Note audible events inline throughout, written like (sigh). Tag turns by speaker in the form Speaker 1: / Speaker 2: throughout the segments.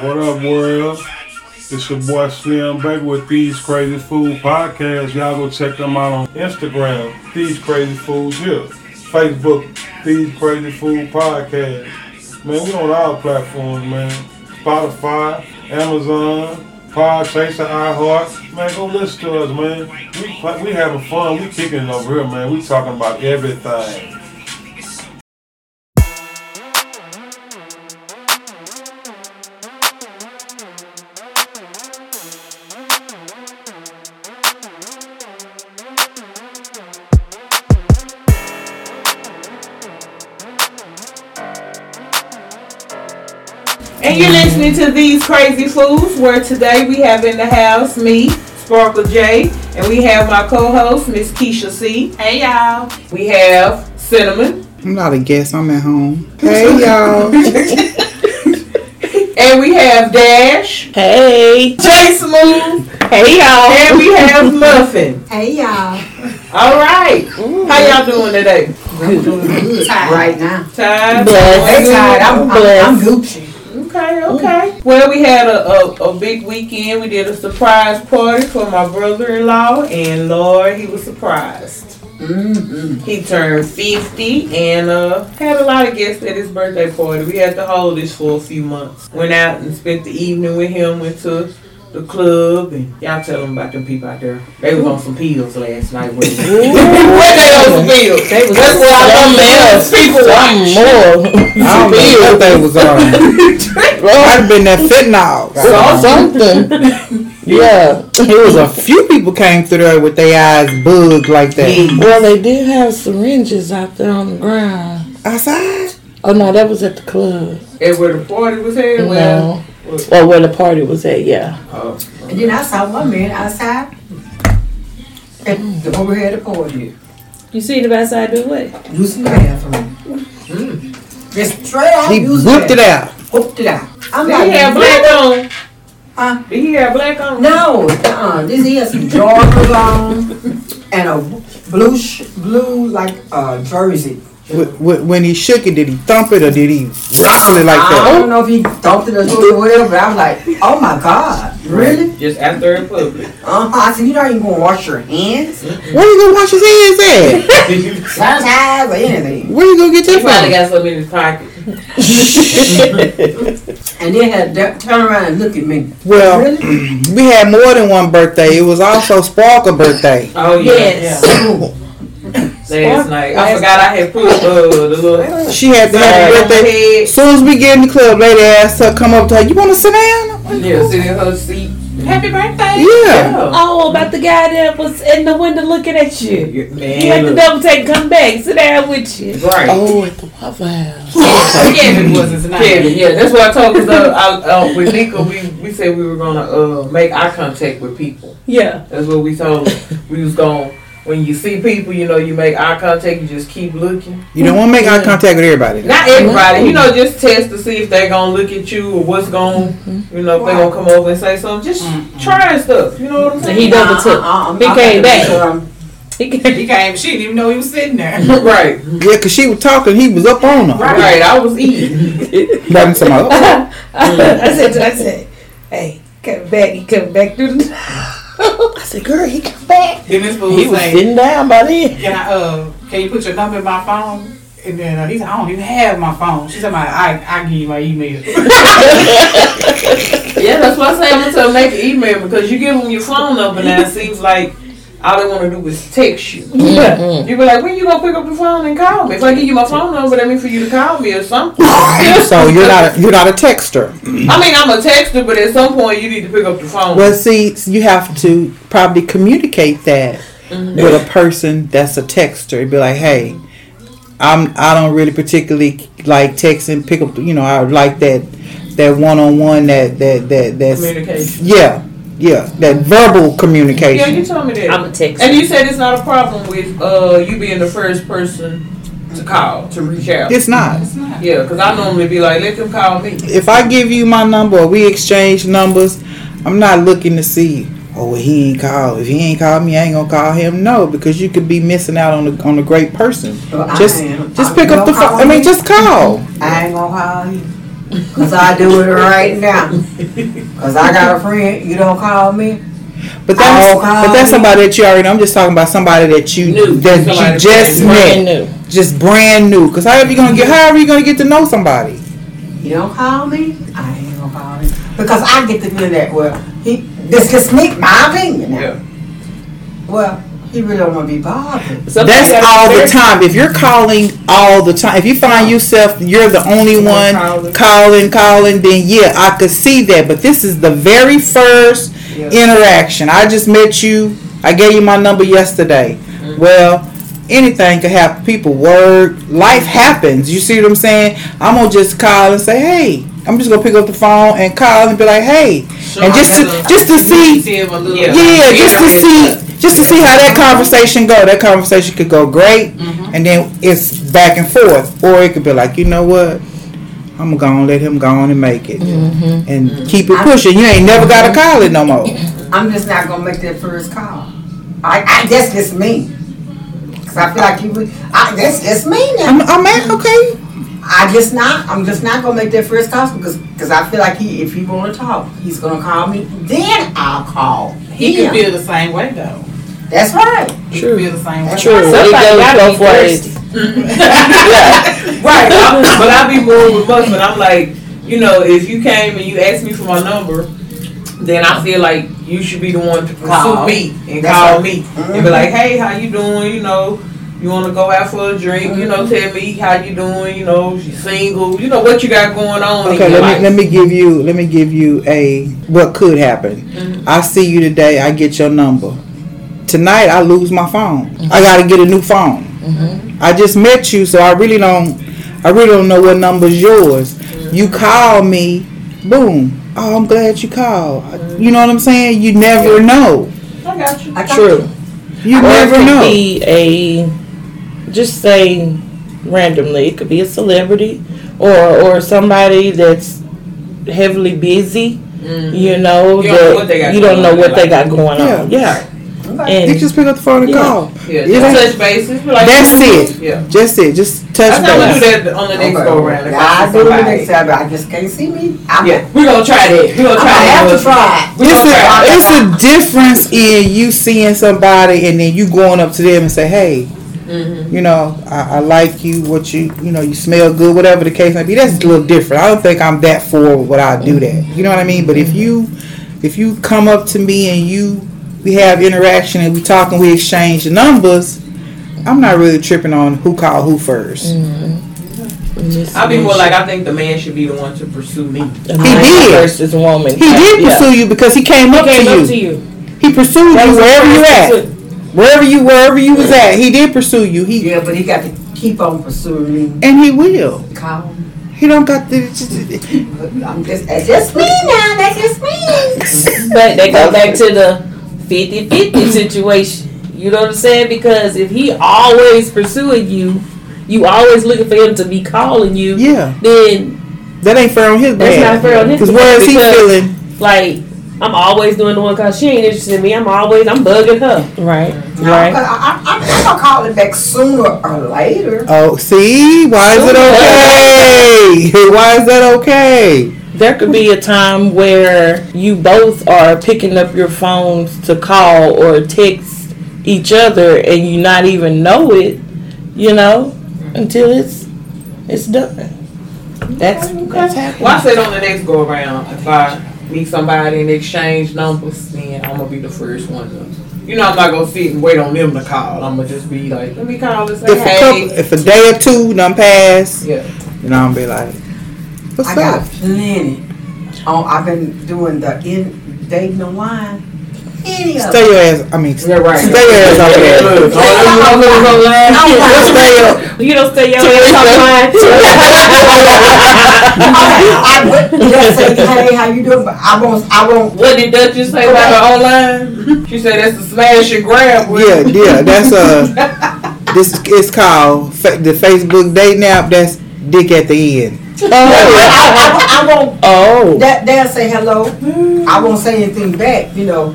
Speaker 1: What up,
Speaker 2: (laughs)
Speaker 1: world? It's your boy Slim Baker with These Crazy Food Podcast. Y'all go check them out on Instagram, These Crazy Foods, yeah. Facebook, These Crazy Food Podcast. Man, we on all platforms, man. Spotify, Amazon, Podchaser, iHeart. Man, go listen to us, man. We, we having fun. We kicking it over here, man. We talking about everything.
Speaker 3: And you're listening to These Crazy Fools, where today we have in the house me, Sparkle J, and we have my co-host, Miss Keisha C. Hey y'all. We have Cinnamon,
Speaker 4: I'm not a guest. I'm at home. Hey y'all.
Speaker 3: and we have Dash,
Speaker 5: Hey.
Speaker 3: Jay Smooth,
Speaker 5: Hey y'all.
Speaker 3: and we have Muffin.
Speaker 6: Hey y'all.
Speaker 3: All right. How y'all doing today?
Speaker 6: Right now.
Speaker 3: Tired?
Speaker 5: Blessed.
Speaker 6: They tired. I'm,
Speaker 5: Bless.
Speaker 6: I'm, I'm Gucci.
Speaker 3: Okay, okay. Well, we had a, a, a big weekend. We did a surprise party for my brother in law, and Lord, he was surprised. He turned 50 and uh, had a lot of guests at his birthday party. We had to hold this for a few months. Went out and spent the evening with him, went to the club, and y'all tell them about them people out there. They was on some pills last night. wasn't (laughs) they? Wasn't they on some pills?
Speaker 6: They was
Speaker 3: That's what I
Speaker 5: Something
Speaker 3: love.
Speaker 5: else.
Speaker 3: People watch.
Speaker 5: Something more.
Speaker 4: I don't know what they was on.
Speaker 6: (laughs)
Speaker 4: Might have been that
Speaker 5: (laughs)
Speaker 4: fentanyl.
Speaker 5: Saw
Speaker 7: (laughs)
Speaker 5: something. Yeah.
Speaker 4: It was a few people came through there with their eyes bugged like that.
Speaker 5: Well, they did have syringes out there on the ground.
Speaker 4: Outside?
Speaker 5: Oh no, that was at the club.
Speaker 3: And where the party was held, well,
Speaker 5: No. Well, where the party was at, yeah.
Speaker 6: And then I saw one man outside. At the, over here at the party.
Speaker 7: You seen him outside doing what?
Speaker 6: Using the bathroom. Just straight out.
Speaker 4: He
Speaker 6: using
Speaker 4: whipped it
Speaker 6: the
Speaker 4: out.
Speaker 6: bathroom. Whooped it out. I'm
Speaker 3: Did he have
Speaker 6: like,
Speaker 3: black on?
Speaker 6: Huh?
Speaker 3: Did he have black on?
Speaker 6: no, uh-uh. This here some joggers on and a blue, sh- blue like uh, jersey.
Speaker 4: Wh- wh- When he shook it, did he thump it or did he rattle it like
Speaker 6: I
Speaker 4: that?
Speaker 6: don't know if he dumped it or threw it or whatever, but I was like, oh my God, really?
Speaker 3: Just after in public.
Speaker 7: Uh-huh.
Speaker 6: Uh huh. I said, you not even gonna wash your hands,
Speaker 4: Where you gonna wash his hands
Speaker 6: (laughs)
Speaker 4: at?
Speaker 6: sanitize, or anything.
Speaker 4: Where you gonna get
Speaker 3: He
Speaker 4: that
Speaker 3: probably
Speaker 4: from?
Speaker 3: got something in his pocket.
Speaker 6: And then had to turn around and look at me.
Speaker 4: Well,
Speaker 6: really?
Speaker 4: we had more than one birthday. It was also Sparkle's birthday.
Speaker 3: Oh yeah.
Speaker 7: Yes.
Speaker 3: yeah. Last night. I forgot I had put uh, the little
Speaker 4: She had to have a birthday.
Speaker 3: head.
Speaker 4: As soon as we get in the club, lady asked her, come up to her, you wanna sit down?
Speaker 3: Yeah, sitting in her seat. Happy birthday.
Speaker 4: Yeah.
Speaker 7: Oh, about the guy that was in the window looking at you.
Speaker 3: Yeah.
Speaker 7: You had
Speaker 3: Man,
Speaker 7: to double take, come back, sit down with you.
Speaker 3: look. Right.
Speaker 5: Oh, at the Waffle House.
Speaker 7: Kevin was his
Speaker 3: Kevin, yeah, that's what I told us. Uh, I, uh, with Nika, we, we said we were gonna uh, make eye contact with people.
Speaker 7: Yeah.
Speaker 3: That's what we told her. We was going to when you see people, you know, you make eye contact. You just keep looking.
Speaker 4: You don't want to make eye contact with everybody.
Speaker 3: Not everybody, you know, just test to see if they're gonna look at you or what's gonna,
Speaker 4: Mm-hmm.
Speaker 3: you know, if they're gonna come over and say something. Just trying stuff, you know what I'm saying?
Speaker 7: He double took.
Speaker 6: Uh-uh,
Speaker 7: He
Speaker 6: I'm gonna
Speaker 7: came back.
Speaker 6: make sure I'm-
Speaker 7: He came-
Speaker 2: He came. She didn't even know he was
Speaker 5: (laughs)
Speaker 2: sitting there.
Speaker 3: right,
Speaker 4: Yeah, because she was talking, he was up on her.
Speaker 3: right, I was eating.
Speaker 4: (laughs) Let him some up.
Speaker 7: I said, I said, hey, come back. He come back through the
Speaker 5: I said, girl, he come back.
Speaker 2: Then this fool
Speaker 5: He was
Speaker 2: saying,
Speaker 5: sitting down by then.
Speaker 2: "Can I? Uh, can you put your number in my phone?" And then uh, he said, "I don't even have my phone." She said, "My, I, I give you my email."
Speaker 3: Yeah, that's what I say. I'm gonna tell them make an email because you give them your phone number now. It seems like all they wanna do is text you. (laughs)
Speaker 4: Mm-hmm.
Speaker 3: You be like, when you gonna pick up the phone and call me? If I give you my phone number, that means for you to call me or something.
Speaker 4: (laughs) So you're not a, you're not a texter.
Speaker 3: I mean, I'm a texter, but at some point you need to pick up the phone.
Speaker 4: Well, see, you have to probably communicate that
Speaker 3: Mm-hmm.
Speaker 4: with a person that's a texter. It'd be like, hey, I'm I don't really particularly like texting. Pick up, you know, I like that that one on one that that that that's
Speaker 3: Communication.
Speaker 4: yeah yeah that verbal
Speaker 3: Yeah,
Speaker 4: communication.
Speaker 3: you told me that.
Speaker 7: I'm a text.
Speaker 3: And you said it's not a problem with uh you being the first person to call to reach out.
Speaker 4: It's not.
Speaker 3: Yeah, because I normally be like, let them call me.
Speaker 4: if I give you my number or we exchange numbers, I'm not looking to see. Oh, well, he ain't called. If he ain't called me, I ain't gonna call him. No, because you could be missing out on a, on a great person.
Speaker 6: Well, I
Speaker 4: just
Speaker 6: am.
Speaker 4: just
Speaker 6: I-
Speaker 4: pick up
Speaker 6: you
Speaker 4: the
Speaker 6: gonna
Speaker 4: phone.
Speaker 6: Uh, call
Speaker 4: I mean,
Speaker 6: me?
Speaker 4: just call.
Speaker 6: I ain't gonna call you. Cause I do it right now. Cause I got a friend, you don't call me.
Speaker 4: But that's
Speaker 6: Oh, God.
Speaker 4: but that's somebody that you already know. I'm just talking about somebody that you
Speaker 3: New.
Speaker 4: that
Speaker 3: Somebody
Speaker 4: you just
Speaker 5: Brand
Speaker 4: met,
Speaker 5: new.
Speaker 4: just brand new. Because however you gonna get however you gonna get to know somebody.
Speaker 6: You don't call me, I ain't gonna call you. Because I get to feel that, well, he, this is me, my opinion now. Well, he really don't wanna be bothered.
Speaker 3: Somebody
Speaker 4: That's
Speaker 3: gotta
Speaker 4: all the
Speaker 3: figure-
Speaker 4: time. If you're calling all the time, if you find yourself you're the only one
Speaker 3: calling.
Speaker 4: calling, calling, then yeah, I could see that. But this is the very first
Speaker 6: Yeah.
Speaker 4: interaction. I just met you. I gave you my number yesterday. Well, anything could happen. People work, life happens. You see what I'm saying? I'm gonna just call and say, hey. I'm just gonna pick up the phone and call and be like, hey, and just to just to see
Speaker 3: Yeah.
Speaker 4: yeah, just to see, just to see how that conversation go. That conversation could go great, and then it's back and forth, or it could be like, you know what, I'm gonna let him go on and make it, and keep it pushing. You ain't never gotta call it no more.
Speaker 6: I'm just not gonna make that first call. I, I, that's just me. Cause I feel like you would, I, that's just me now.
Speaker 4: I'm, I'm at okay.
Speaker 6: I just not. I'm just not gonna make that first call because because I feel like he, if he wanna talk, he's gonna call me. Then I'll call.
Speaker 2: He
Speaker 6: him.
Speaker 2: could feel the same way though.
Speaker 6: That's right.
Speaker 2: He could feel the same way.
Speaker 5: True.
Speaker 3: (laughs)
Speaker 5: It goes both ways.
Speaker 3: Right, I- but I be more with us, but I'm like, you know, if you came and you asked me for my number, then I feel like you should be the one to pursue
Speaker 6: Call.
Speaker 3: me and
Speaker 6: That's
Speaker 3: call
Speaker 6: right.
Speaker 3: me and be like, hey, how you doing? You know, you want to go out for a drink? You know, tell me how you doing? You know, you single? You know what you got going on?
Speaker 4: Okay,
Speaker 3: in your
Speaker 4: let me
Speaker 3: life.
Speaker 4: let me give you let me give you a what could happen.
Speaker 3: Mm-hmm.
Speaker 4: I see you today. I get your number. Tonight I lose my phone. I gotta get a new phone.
Speaker 3: Mm-hmm.
Speaker 4: I just met you, so I really don't I really don't know what number's yours.
Speaker 3: Mm-hmm.
Speaker 4: You call me, boom. Oh, I'm glad you called. You know what I'm saying? You never know.
Speaker 3: I got you.
Speaker 6: I got
Speaker 5: True.
Speaker 6: you.
Speaker 4: You
Speaker 5: Or it
Speaker 4: never
Speaker 5: could
Speaker 4: know.
Speaker 5: be a just say randomly. It could be a celebrity or or somebody that's heavily busy. You know,
Speaker 3: You don't know
Speaker 5: that
Speaker 3: what they got
Speaker 5: you don't
Speaker 3: going
Speaker 5: know
Speaker 3: on in
Speaker 5: what
Speaker 3: their
Speaker 5: they got going on. Yeah,
Speaker 4: you
Speaker 5: and
Speaker 4: just pick up the phone and
Speaker 5: Yeah.
Speaker 4: call.
Speaker 3: Yeah,
Speaker 4: It
Speaker 3: just
Speaker 4: ain't-
Speaker 3: touch bases. be Like,
Speaker 4: That's
Speaker 3: you know,
Speaker 4: it.
Speaker 3: Yeah.
Speaker 4: Just it. Just touch
Speaker 3: That's how we
Speaker 4: base.
Speaker 3: do that on the next
Speaker 6: Okay.
Speaker 3: go round.
Speaker 6: Yeah, I do it next
Speaker 3: Yeah,
Speaker 6: time, but I just can't see me. I'm, yeah.
Speaker 3: we're gonna try that. We're
Speaker 6: I'm
Speaker 3: gonna
Speaker 6: gonna
Speaker 3: try that.
Speaker 6: have to try.
Speaker 3: We're gonna try it.
Speaker 4: It's a, it's a difference in you seeing somebody and then you going up to them and say, hey,
Speaker 5: Mm-hmm.
Speaker 4: you know, I, I like you, what you, you know, you smell good, whatever the case may be. That's a little different. I don't think I'm that forward when I do that. You know what I mean? But if you, if you come up to me and you, we have interaction and we talk and we exchange numbers, I'm not really tripping on who called who 1st
Speaker 5: Mm-hmm.
Speaker 3: I'll be more like I think the man should be the one to pursue me.
Speaker 4: He did.
Speaker 5: versus woman.
Speaker 4: He did pursue you because he came up
Speaker 5: Came
Speaker 4: to you.
Speaker 5: up to you.
Speaker 4: He pursued
Speaker 5: That
Speaker 4: you
Speaker 5: was the
Speaker 4: wherever you
Speaker 5: first
Speaker 4: at. Wherever you wherever you was at, he did pursue you. He
Speaker 6: Yeah, but he got to keep on pursuing me.
Speaker 4: and he will.
Speaker 6: Call me.
Speaker 4: He don't got the.
Speaker 6: I'm just. That's just me now. That's just me.
Speaker 8: But they go back to the 50 50 situation. You know what I'm saying? Because if he always pursuing you, you always looking for him to be calling you,
Speaker 4: Yeah,
Speaker 8: then
Speaker 4: that ain't fair on his
Speaker 8: That's not fair on his
Speaker 4: Because where is he
Speaker 8: because-
Speaker 4: feeling?
Speaker 8: like I'm always doing the one cause she ain't interested in me. I'm always I'm bugging her.
Speaker 5: Right.
Speaker 6: I,
Speaker 5: Right.
Speaker 6: I, I'm, I'm gonna call it back sooner or later.
Speaker 4: Oh, see, why is it okay? (laughs) Why is that okay?
Speaker 5: There could be a time where you both are picking up your phones to call or text each other and you not even know it, you know, until it's it's done. That's
Speaker 3: (laughs)
Speaker 5: that's happening.
Speaker 3: Well, I said on the next go around, if I meet somebody and exchange numbers, then I'm gonna be the first one to. You know, I'm not gonna sit and wait on them to call. I'm gonna just be like, let me call and say,
Speaker 4: If a, couple,
Speaker 3: hey.
Speaker 4: if a day or two done pass,
Speaker 3: Yeah.
Speaker 4: then I'm be like, what's
Speaker 6: I
Speaker 4: up?
Speaker 6: got plenty. Oh, I've been doing the in dating online. Any of
Speaker 4: Stay your ass. I mean,
Speaker 3: Yeah, right.
Speaker 4: stay your ass over there.
Speaker 3: Look,
Speaker 5: (laughs)
Speaker 3: all them numbers on line.
Speaker 4: Stay your-
Speaker 3: (laughs)
Speaker 8: You don't stay your ass (laughs) online.
Speaker 6: I would just say, hey, how you doing? But I won't. I won't.
Speaker 3: What did Dutchess say about her online? She said that's the smash and grab. one.
Speaker 4: Yeah, yeah, that's uh, this it's called fa- the Facebook dating app. That's dick at the end.
Speaker 6: (laughs)
Speaker 5: Oh,
Speaker 4: (laughs)
Speaker 6: I, I, I won't.
Speaker 5: oh.
Speaker 6: That they'll say hello. I won't say anything back. You know.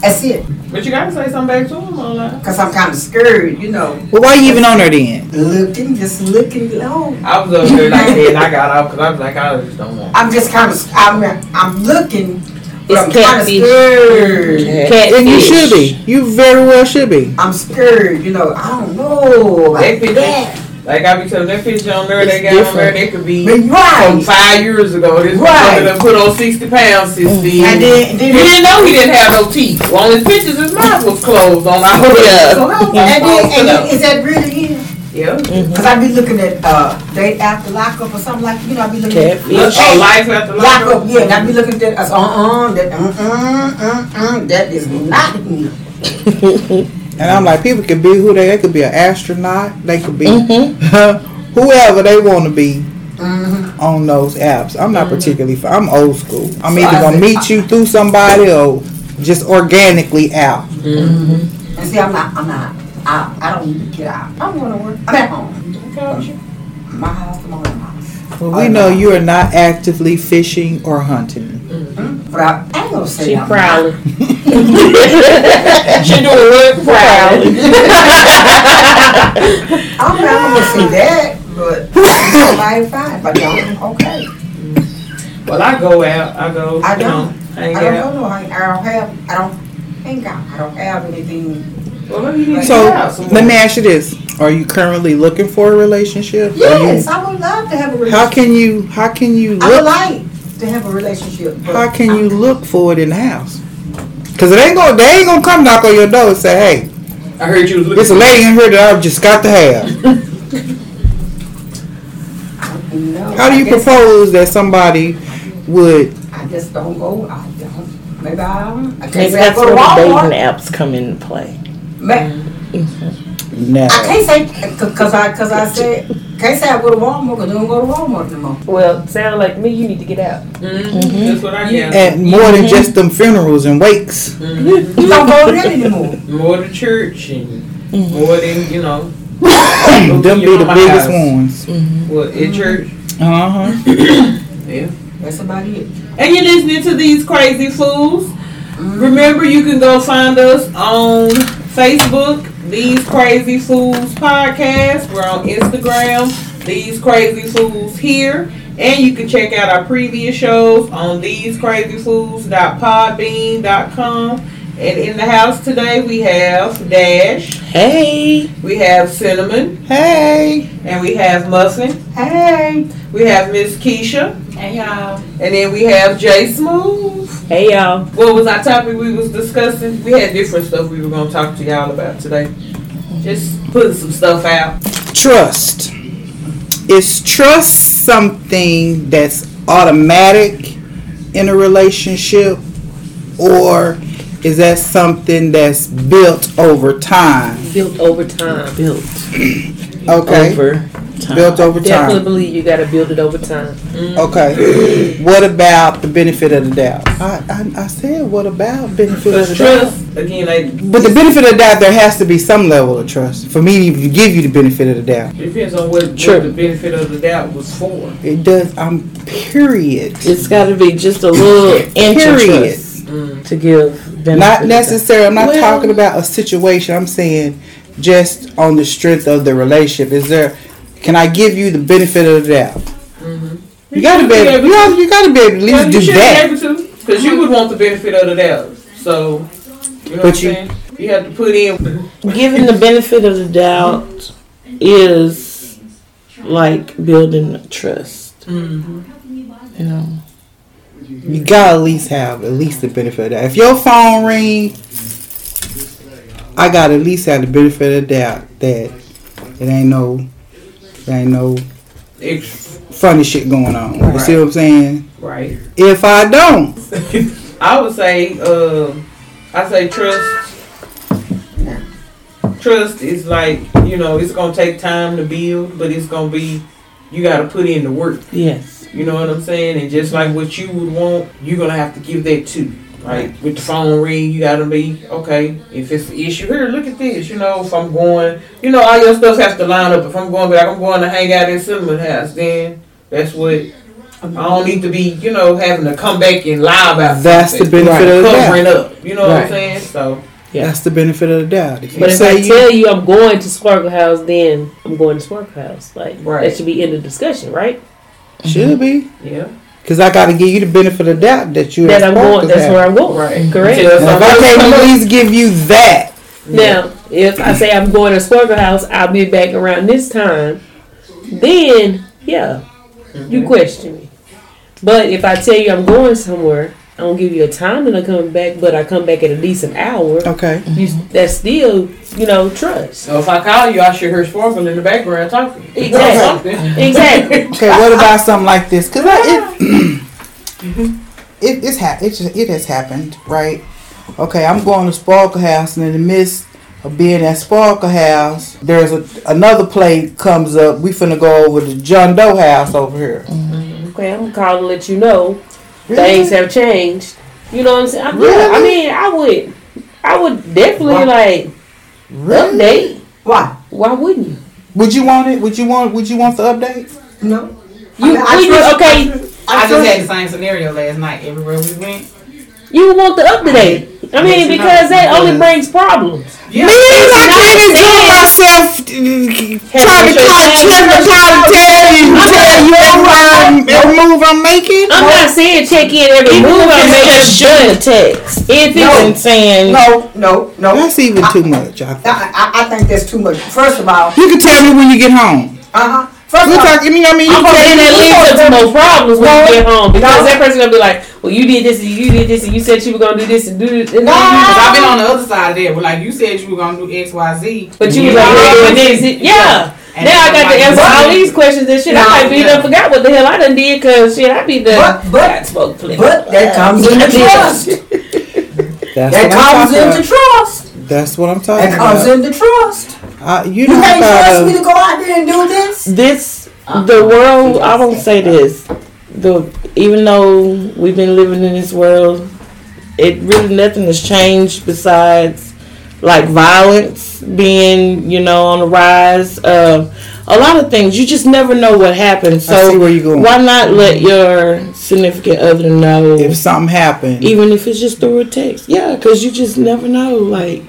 Speaker 6: That's it.
Speaker 3: Mm-hmm. But you gotta say something back to him or like,
Speaker 6: Because I'm kind of scared, you know.
Speaker 4: Well, why you even on her then?
Speaker 6: Looking, just looking low.
Speaker 3: I was up there like that and I got off because I was like, I just don't want.
Speaker 6: I'm just kind of, I'm, I'm looking, but
Speaker 8: It's
Speaker 6: I'm kind of
Speaker 8: catfish.
Speaker 6: scared.
Speaker 8: Catfish.
Speaker 4: And you should be. You very well should be.
Speaker 6: I'm scared, you know. I don't know.
Speaker 3: That
Speaker 6: Like that.
Speaker 3: picture, like I be telling that picture on there, that
Speaker 4: It's
Speaker 3: guy on there,
Speaker 4: different.
Speaker 3: they could be
Speaker 6: But
Speaker 3: from
Speaker 6: right.
Speaker 3: five years ago. This right.
Speaker 6: Right.
Speaker 3: done put on sixty pounds since then.
Speaker 6: And then,
Speaker 3: You
Speaker 6: then
Speaker 3: didn't know he didn't have no teeth. Well, on his pictures, his mouth was closed on our
Speaker 6: So, and then, and then, is that really him?
Speaker 3: Yeah.
Speaker 6: Because I be looking at uh, date after lockup or something like you know. I be looking at
Speaker 3: Look,
Speaker 6: Hey,
Speaker 3: oh, life after life.
Speaker 6: lockup, yeah. And I be looking at that. I said, uh uh, that uh uh uh uh, that is not me.
Speaker 4: And I'm like, people could be who they. They could be an astronaut. They could be (laughs) whoever they want to be
Speaker 6: Mhm.
Speaker 4: on those apps. I'm not particularly. For, I'm old school. I'm
Speaker 6: So
Speaker 4: either
Speaker 6: I
Speaker 4: gonna
Speaker 6: said-
Speaker 4: meet you through somebody or just organically out.
Speaker 6: And see, I'm not. I'm not. I, I don't get out. I'm going to work. I'm at home. My house, my own house.
Speaker 4: Well, we know you are not actively fishing or hunting.
Speaker 6: Mm-hmm. But I, I ain't gonna say
Speaker 8: She
Speaker 6: I'm
Speaker 8: prowling.
Speaker 5: She doing what? Proud.
Speaker 6: not. I'm not gonna say that,
Speaker 3: (laughs)
Speaker 6: but somebody fine. But y'all, okay.
Speaker 3: Well, I go out. I go.
Speaker 6: I
Speaker 3: you know, hang
Speaker 6: I don't
Speaker 3: out.
Speaker 6: know. no, I, I don't have. I don't hang out. I don't have anything.
Speaker 3: Well, let me get
Speaker 4: So
Speaker 3: out somewhere.
Speaker 4: let me ask you this: Are you currently looking for a relationship? Are you-
Speaker 6: Yes, I would love to have a relationship.
Speaker 4: how can you? How can you
Speaker 6: I would
Speaker 4: look?
Speaker 6: like to have a relationship. But
Speaker 4: How can you look for it in the house? Cause it ain't gonna. They ain't gonna come knock on your door and say, "Hey,
Speaker 3: I heard you was looking.
Speaker 4: It's a lady in here that I've just got to have.
Speaker 6: no,
Speaker 4: How do you
Speaker 6: I guess,
Speaker 4: propose that somebody would?
Speaker 6: I just don't go. I don't. Maybe I don't. I can't
Speaker 5: Maybe
Speaker 6: say
Speaker 5: that's
Speaker 6: I
Speaker 5: where
Speaker 6: go to
Speaker 5: the
Speaker 6: Walmart.
Speaker 5: dating apps come into play.
Speaker 6: Ma-
Speaker 4: No.
Speaker 6: I can't say because I because I said can't say I go to Walmart because I don't go to Walmart no more.
Speaker 8: Well, sound like me, you need to get out.
Speaker 3: Mhm, That's what I got. Mm-hmm.
Speaker 4: And more than just them funerals and wakes.
Speaker 6: You don't go to that anymore.
Speaker 3: More to church and more than you know.
Speaker 4: them be
Speaker 3: You know
Speaker 4: the
Speaker 3: my
Speaker 4: biggest
Speaker 3: house.
Speaker 4: ones.
Speaker 3: Well, at church.
Speaker 4: Uh huh.
Speaker 3: Yeah.
Speaker 6: That's about it.
Speaker 3: and you're listening to these crazy fools. Remember, you can go find us on Facebook, These Crazy Fools Podcast. We're on Instagram, These Crazy Fools Here. And you can check out our previous shows on thesecrazyfools.podbean.com. And in the house today, we have Dash,
Speaker 5: Hey.
Speaker 3: we have Cinnamon,
Speaker 4: Hey.
Speaker 3: and we have Muffin. Hey! We have Miss Keisha,
Speaker 2: Hey, y'all.
Speaker 3: and then we have Jay Smooth.
Speaker 8: Hey, y'all.
Speaker 3: What was our topic we was discussing? We had different stuff we were gonna talk to y'all about today. Just putting some stuff out.
Speaker 4: Trust. Is trust something that's automatic in a relationship, or is that something that's built over time?
Speaker 8: Built over time.
Speaker 5: Built
Speaker 4: Okay.
Speaker 5: over time.
Speaker 4: Built over time.
Speaker 8: Definitely believe you got to build it over time.
Speaker 4: Okay.
Speaker 3: Mm-hmm.
Speaker 4: What about the benefit of the doubt? I, I, I said, what about benefit of the
Speaker 3: Because
Speaker 4: doubt?
Speaker 3: trust, again, like,
Speaker 4: But the benefit of the doubt, there has to be some level of trust for me to even give you the benefit of the doubt.
Speaker 3: depends on what, what
Speaker 5: True.
Speaker 3: the benefit of the doubt was for.
Speaker 4: It does. I'm period.
Speaker 5: It's got to be just a little
Speaker 4: Period.
Speaker 5: interest to give. benefit
Speaker 4: Not
Speaker 5: of
Speaker 4: necessarily. I'm not
Speaker 5: Well-
Speaker 4: talking about a situation. I'm saying just on the strength of the relationship. Is there? Can I give you the benefit of the doubt? You gotta be. Able, you, gotta, you gotta be able to at
Speaker 3: Mm-hmm. Well, you
Speaker 4: least do
Speaker 3: should
Speaker 4: that.
Speaker 3: be able to, because you would want the benefit of the doubt. So, you know what I'm
Speaker 4: But you-
Speaker 3: saying? You have to put in.
Speaker 5: Giving the benefit of the doubt is like building trust.
Speaker 3: mm-hmm,
Speaker 5: You know.
Speaker 4: You gotta at least have at least the benefit of that. If your phone ring, I gotta at least have the benefit of the doubt that it ain't no, it ain't no
Speaker 3: Ex-
Speaker 4: funny shit going on. You see what I'm saying?
Speaker 3: right.
Speaker 4: If I don't,
Speaker 3: I would say, um, I say trust. Trust is like you know, it's gonna take time to build, but it's gonna be you got to put in the work.
Speaker 5: Yes.
Speaker 3: You know what I'm saying? And just like what you would want, you're gonna have to give that too. Like with the phone ring, you gotta be okay. If it's an issue here, look at this. You know, if I'm going, you know, all your stuff has to line up. If I'm going, but I'm going to hang out in Cinnamon House, then that's what I don't need to be, you know, having to come back and lie about
Speaker 4: That's the
Speaker 3: something.
Speaker 4: benefit of the
Speaker 3: covering
Speaker 4: doubt.
Speaker 3: up. You know what I'm
Speaker 4: Right.
Speaker 3: saying? So
Speaker 4: That's the benefit of the doubt. If you
Speaker 8: But if
Speaker 4: say
Speaker 8: I
Speaker 4: you,
Speaker 8: tell you I'm going to Sparkle House, then I'm going to Sparkle House. Like
Speaker 3: Right.
Speaker 8: that should be end of discussion, right?
Speaker 4: should be,
Speaker 3: yeah,
Speaker 4: because I got to give you the benefit of the doubt that you.
Speaker 8: That I'm
Speaker 4: expect
Speaker 8: going.
Speaker 4: to
Speaker 8: That's
Speaker 4: have.
Speaker 8: where I'm going.
Speaker 3: Right.
Speaker 8: Correct.
Speaker 3: Yeah.
Speaker 4: And if I can't at least give you that,
Speaker 8: Now, if I say I'm going to Sparkle House, I'll be back around this time. Then, yeah, you question me. But if I tell you I'm going somewhere, I don't give you a time and I come back, but I come back at a decent hour.
Speaker 4: okay,
Speaker 8: You, that's still, you know, trust.
Speaker 3: (laughs) so if I call you, I should hear Sparkle in the background talking.
Speaker 8: Exactly. Exactly.
Speaker 4: okay. What (laughs) about something like this? Because (clears throat) it, Mm-hmm. it it's hap- it, just, it has happened, right? Okay, I'm going to Sparkle House, and in the midst of being at Sparkle House, there's a, another play comes up. We finna go over to John Doe House over here.
Speaker 8: Okay, I'm calling to let you know things have changed. You know what I'm saying? I'm- yeah, I
Speaker 4: Really?
Speaker 8: mean, I would, I would definitely like update.
Speaker 6: Why?
Speaker 8: Why wouldn't you?
Speaker 4: Would you want it? Would you want? Would you want the update?
Speaker 6: No.
Speaker 8: You,
Speaker 6: mean, I
Speaker 8: would you-
Speaker 6: trust-
Speaker 8: okay,
Speaker 2: I
Speaker 6: feel
Speaker 2: just had the same scenario last night. Everywhere we went,
Speaker 8: You want the update. I mean, because that only brings problems.
Speaker 2: yeah,
Speaker 4: Me, I can't enjoy myself trying to call, uh, trying to call, tell you, tell you every every move I'm making.
Speaker 8: I'm not saying check in every
Speaker 5: Even
Speaker 8: move I
Speaker 5: if
Speaker 8: make.
Speaker 5: it's just shooting a text
Speaker 8: If
Speaker 5: and
Speaker 8: it's
Speaker 5: saying,
Speaker 6: No, no, no.
Speaker 4: That's even too much. I
Speaker 6: I,
Speaker 4: think.
Speaker 6: I, I think that's too much. First of all,
Speaker 4: You can tell me when you get home.
Speaker 3: Uh-huh.
Speaker 6: uh huh. First
Speaker 4: We're
Speaker 6: of all,
Speaker 4: talking. You know what I mean? You
Speaker 8: I'm
Speaker 4: can
Speaker 8: saying that leads up to more problems when you get home because
Speaker 6: No.
Speaker 8: that person gonna be like, "Well, you did this and you did this and you said you were gonna do this and do this." And do
Speaker 2: Cause
Speaker 8: this.
Speaker 2: I've been on the other side of that. But like you said, you were gonna do X, Y, Z.
Speaker 8: But you was like,
Speaker 2: Yeah.
Speaker 8: "Yeah, and this, and- yeah."
Speaker 2: And
Speaker 8: now I got to
Speaker 2: like,
Speaker 8: answer
Speaker 2: what?
Speaker 8: all these questions and shit.
Speaker 2: No,
Speaker 8: I might be
Speaker 2: yeah.
Speaker 8: done forgot what the hell I done did because shit, I be done.
Speaker 6: But- but-
Speaker 8: I spoke plenty.
Speaker 6: but that comes into trust.
Speaker 4: That's
Speaker 6: That
Speaker 4: what I'm
Speaker 6: comes
Speaker 4: talking
Speaker 6: into
Speaker 4: about.
Speaker 6: trust.
Speaker 4: That's what I'm talking
Speaker 6: That comes
Speaker 4: about.
Speaker 6: into trust.
Speaker 4: I- You
Speaker 6: You
Speaker 4: know
Speaker 6: can't trust
Speaker 4: about. um,
Speaker 6: me to go out there and do this.
Speaker 5: this
Speaker 4: Uh,
Speaker 5: the world i won't say this the even though we've been living in this world it really nothing has changed besides like violence being you know on the rise uh, a lot of things you just never know what happens
Speaker 4: I see
Speaker 5: so
Speaker 4: where you're going.
Speaker 5: why not let your significant other know
Speaker 4: If something happened,
Speaker 5: even if it's just through a text yeah because you just never know like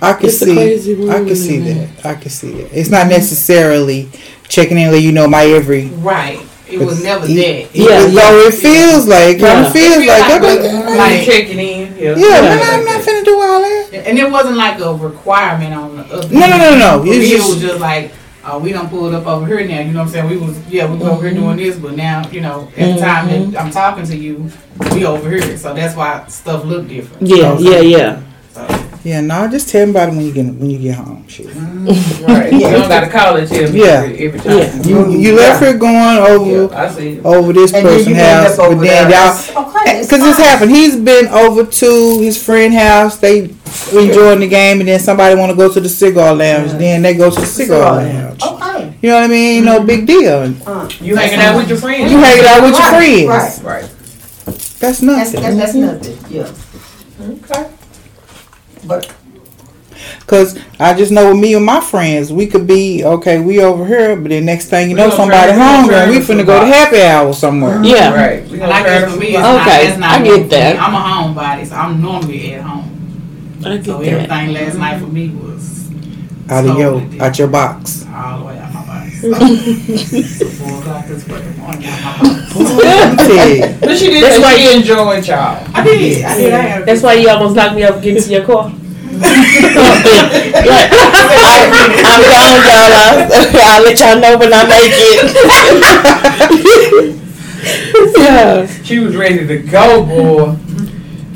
Speaker 4: I can
Speaker 5: It's a
Speaker 4: see.
Speaker 5: crazy world
Speaker 4: I
Speaker 5: we
Speaker 4: can see
Speaker 5: live in.
Speaker 4: that. I can see that. It's not necessarily checking in, let you know my every.
Speaker 2: Right. It was never
Speaker 4: e-
Speaker 2: that.
Speaker 5: Yeah.
Speaker 4: Even though it feels like, it kind
Speaker 5: Yeah.
Speaker 4: of feels like, I'm like,
Speaker 2: Like,
Speaker 3: checking in. Yeah,
Speaker 4: yeah,
Speaker 5: Yeah.
Speaker 4: man, I'm not finna do all that.
Speaker 2: And it wasn't like a requirement on the other.
Speaker 4: No, no, no, no.
Speaker 2: For
Speaker 4: It's
Speaker 2: me, it
Speaker 4: just-
Speaker 2: was just like, oh, we done pulled up over here now. You know what I'm saying? We was, yeah, we was over
Speaker 4: Mm-hmm.
Speaker 2: here doing this, but now, you know, at the time that I'm talking to you, we over here. So that's why stuff looked different.
Speaker 5: yeah yeah yeah
Speaker 4: Yeah, no, just tell everybody when you get when you get home. Shit.
Speaker 3: right. You don't got to call it till me
Speaker 4: Yeah. Oh.
Speaker 3: every, every time.
Speaker 5: yeah
Speaker 4: You you left her going
Speaker 3: Yeah,
Speaker 4: over
Speaker 3: I see.
Speaker 4: over this
Speaker 6: And then you
Speaker 4: person's
Speaker 6: end
Speaker 4: house,
Speaker 6: up over
Speaker 4: but then
Speaker 6: there.
Speaker 4: y'all
Speaker 6: Okay, it's
Speaker 4: because this
Speaker 6: fine.
Speaker 4: happened. He's been over to his friend house. They enjoying the game, and then somebody want to go to the cigar lounge. Then they go to the cigar lounge.
Speaker 6: Okay.
Speaker 4: You know what I mean?
Speaker 6: Mm-hmm.
Speaker 4: No big deal. You
Speaker 3: You hanging out with your friends.
Speaker 4: hanging out with your
Speaker 6: Right,
Speaker 4: friends.
Speaker 6: right. Mm-hmm.
Speaker 3: Right.
Speaker 4: That's
Speaker 6: That's,
Speaker 4: nothing.
Speaker 6: that's, that's nothing. Yeah.
Speaker 3: Okay.
Speaker 6: But
Speaker 4: Cause I just know with me and my friends, we could be okay. We over here, but then next thing you know,
Speaker 3: gonna
Speaker 4: somebody
Speaker 3: turn- we gonna
Speaker 4: hungry, and we
Speaker 3: turn
Speaker 4: finna
Speaker 3: into
Speaker 4: go to
Speaker 3: a-
Speaker 4: happy hour somewhere.
Speaker 6: Mm-hmm.
Speaker 5: yeah
Speaker 3: Right. We
Speaker 2: And I
Speaker 3: gonna turn
Speaker 2: guess
Speaker 3: it
Speaker 2: for
Speaker 3: from
Speaker 2: me,
Speaker 3: a
Speaker 2: it's
Speaker 4: Oh.
Speaker 2: not,
Speaker 5: Okay,
Speaker 2: it's not
Speaker 5: I get
Speaker 2: me.
Speaker 5: that.
Speaker 2: I'm a homebody, so I'm normally at home.
Speaker 5: i get
Speaker 2: So
Speaker 5: that (laughs)
Speaker 2: everything last night for me was
Speaker 4: Out of
Speaker 2: Totally
Speaker 4: your out your box.
Speaker 2: all the way out
Speaker 4: (laughs)
Speaker 2: my body. So four o'clock this fucking morning out my body.
Speaker 6: (laughs)
Speaker 4: Yeah.
Speaker 3: But she did.
Speaker 8: That's
Speaker 3: That's
Speaker 8: why
Speaker 3: why you enjoyed y'all.
Speaker 2: I did. I did. I had a
Speaker 8: That's why you almost knocked me up getting to your car.
Speaker 5: I'm gone, y'all. I'll, (laughs) I'll let y'all know when I make it. (laughs) yeah.
Speaker 3: She was ready to go, boy.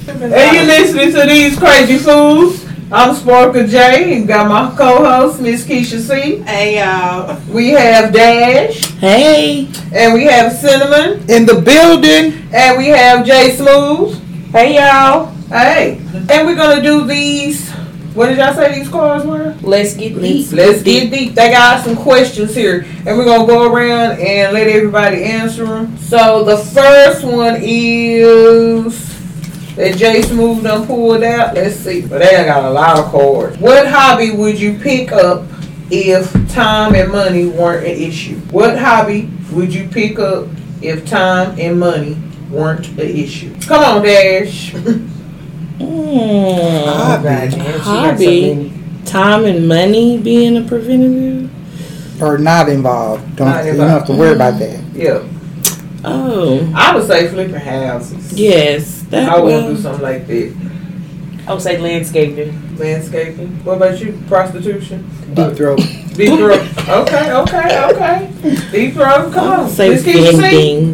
Speaker 3: and you listening to these crazy fools? I'm Sparkle J and got my co-host Miss Keisha C.
Speaker 2: Hey y'all.
Speaker 3: We have Dash
Speaker 5: Hey.
Speaker 3: and we have Cinnamon
Speaker 4: In the building.
Speaker 3: and we have Jay Smooth. Hey y'all. Hey. And we're gonna do these. What did y'all say these cards were?
Speaker 8: Let's get deep.
Speaker 3: Let's get deep. They got some questions here, and we're gonna go around and let everybody answer them. So the first one is that Jay Smooth done pulled out. Let's see, but they done got a lot of cards. What hobby would you pick up if time and money weren't an issue? What hobby would you pick up if time and money weren't an issue? Come on, (laughs) Dash.
Speaker 5: Mm.
Speaker 3: Oh,
Speaker 4: Hobby
Speaker 5: Hobby, time and money being a preventative.
Speaker 4: or not involved. Don't,
Speaker 3: Not
Speaker 4: You don't have to worry about that.
Speaker 3: Yeah,
Speaker 5: Oh,
Speaker 3: I would say flipping houses.
Speaker 5: yes,
Speaker 3: I
Speaker 5: that
Speaker 3: wouldn't do
Speaker 5: was
Speaker 3: something like that.
Speaker 7: I would say landscaping.
Speaker 3: Landscaping. What about you? Prostitution.
Speaker 4: Deep throat.
Speaker 3: Deep throat.
Speaker 5: (laughs)
Speaker 3: Okay, okay, okay. Deep throat. Come on.
Speaker 5: say
Speaker 3: Let's get you seen.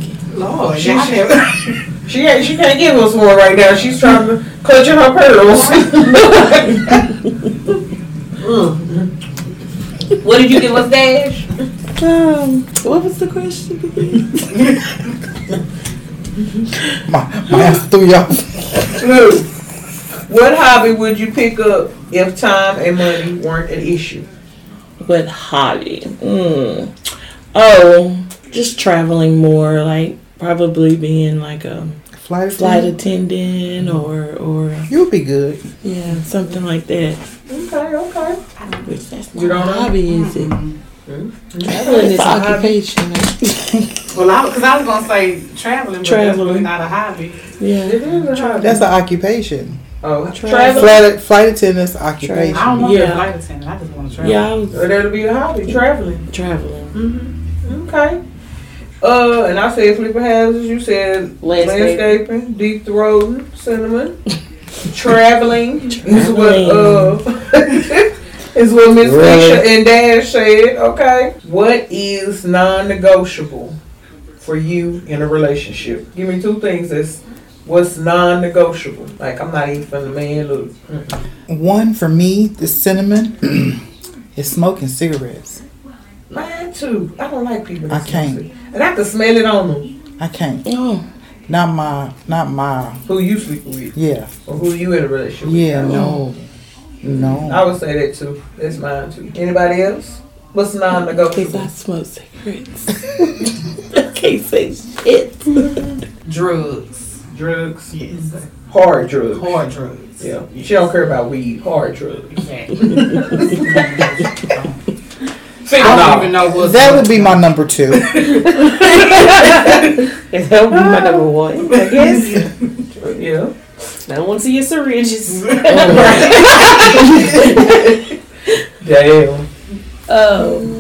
Speaker 5: vending.
Speaker 2: Lord,
Speaker 3: She,
Speaker 2: y'all never-
Speaker 3: Oh, (laughs) she, ain't- she can't give us one right now. She's trying to clutch at her
Speaker 5: (laughs)
Speaker 3: pearls. (laughs) Mm.
Speaker 7: What did you give us, Dash?
Speaker 5: Um, what was the question? again?
Speaker 4: (laughs) My, my ass threw you off.
Speaker 3: Look, what hobby would you pick up if time and money weren't an issue?
Speaker 5: What hobby? Mm. Oh, just traveling more. Like probably being like a
Speaker 4: Flight attendant.
Speaker 5: flight attendant or or
Speaker 4: You'll be good.
Speaker 5: Mm-hmm. yeah something like that.
Speaker 3: Okay, okay.
Speaker 5: Which that's
Speaker 3: You
Speaker 5: not
Speaker 3: don't
Speaker 5: a
Speaker 3: know?
Speaker 5: hobby, is it? Hmm?
Speaker 3: Traveling
Speaker 5: It's an occupation. (laughs)
Speaker 2: Well, I, because I was gonna say traveling, but that's really
Speaker 5: Traveling.
Speaker 2: not a hobby.
Speaker 5: Yeah.
Speaker 3: It is a hobby.
Speaker 4: That's an occupation.
Speaker 3: oh,
Speaker 5: Travel.
Speaker 3: traveling.
Speaker 4: Flight, flight attendant's occupation.
Speaker 2: I don't want to be a
Speaker 5: Yeah.
Speaker 2: flight attendant. I just want to travel.
Speaker 5: Yeah, I was
Speaker 3: Well, that'll be a hobby. Traveling.
Speaker 5: traveling.
Speaker 3: Mm-hmm. Okay. Uh, and I said flipping houses. You said landscaping, deep throating,
Speaker 4: (laughs)
Speaker 3: cinnamon, traveling is what uh (laughs) is what Miss
Speaker 4: Really?
Speaker 3: Fisher and Dash said. Okay, what is non-negotiable for you in a relationship? Give me two things that's what's non-negotiable. Like I'm not even from the man. Look,
Speaker 4: One for me, the cinnamon, (clears throat) is smoking cigarettes.
Speaker 3: mine too. I don't like people. that
Speaker 4: I can't.
Speaker 3: smoke cigarettes. and I can smell it on them.
Speaker 4: I can't.
Speaker 5: Oh,
Speaker 4: Not my. Not my.
Speaker 3: Who you sleep with,
Speaker 4: Yeah.
Speaker 3: or who you in a relationship? with.
Speaker 4: Yeah. No. No.
Speaker 3: I would say that too. That's mine too. Anybody else? What's
Speaker 5: because I
Speaker 3: non-negotiable?
Speaker 5: smoke
Speaker 7: (laughs)
Speaker 5: cigarettes. I can't say shit.
Speaker 2: Drugs,
Speaker 3: Drugs.
Speaker 2: yes,
Speaker 3: Hard drugs.
Speaker 2: hard drugs.
Speaker 3: Yeah. She don't care about weed. Hard drugs.
Speaker 2: Exactly. I don't even
Speaker 3: Fentanyl.
Speaker 2: know what's
Speaker 4: That would be my number
Speaker 3: (laughs)
Speaker 4: two.
Speaker 7: That would be my number
Speaker 5: (laughs)
Speaker 7: one. I guess.
Speaker 3: Yeah.
Speaker 7: I don't want to see
Speaker 5: (laughs)
Speaker 7: your syringes.
Speaker 3: Damn.
Speaker 7: Um,
Speaker 5: Oh.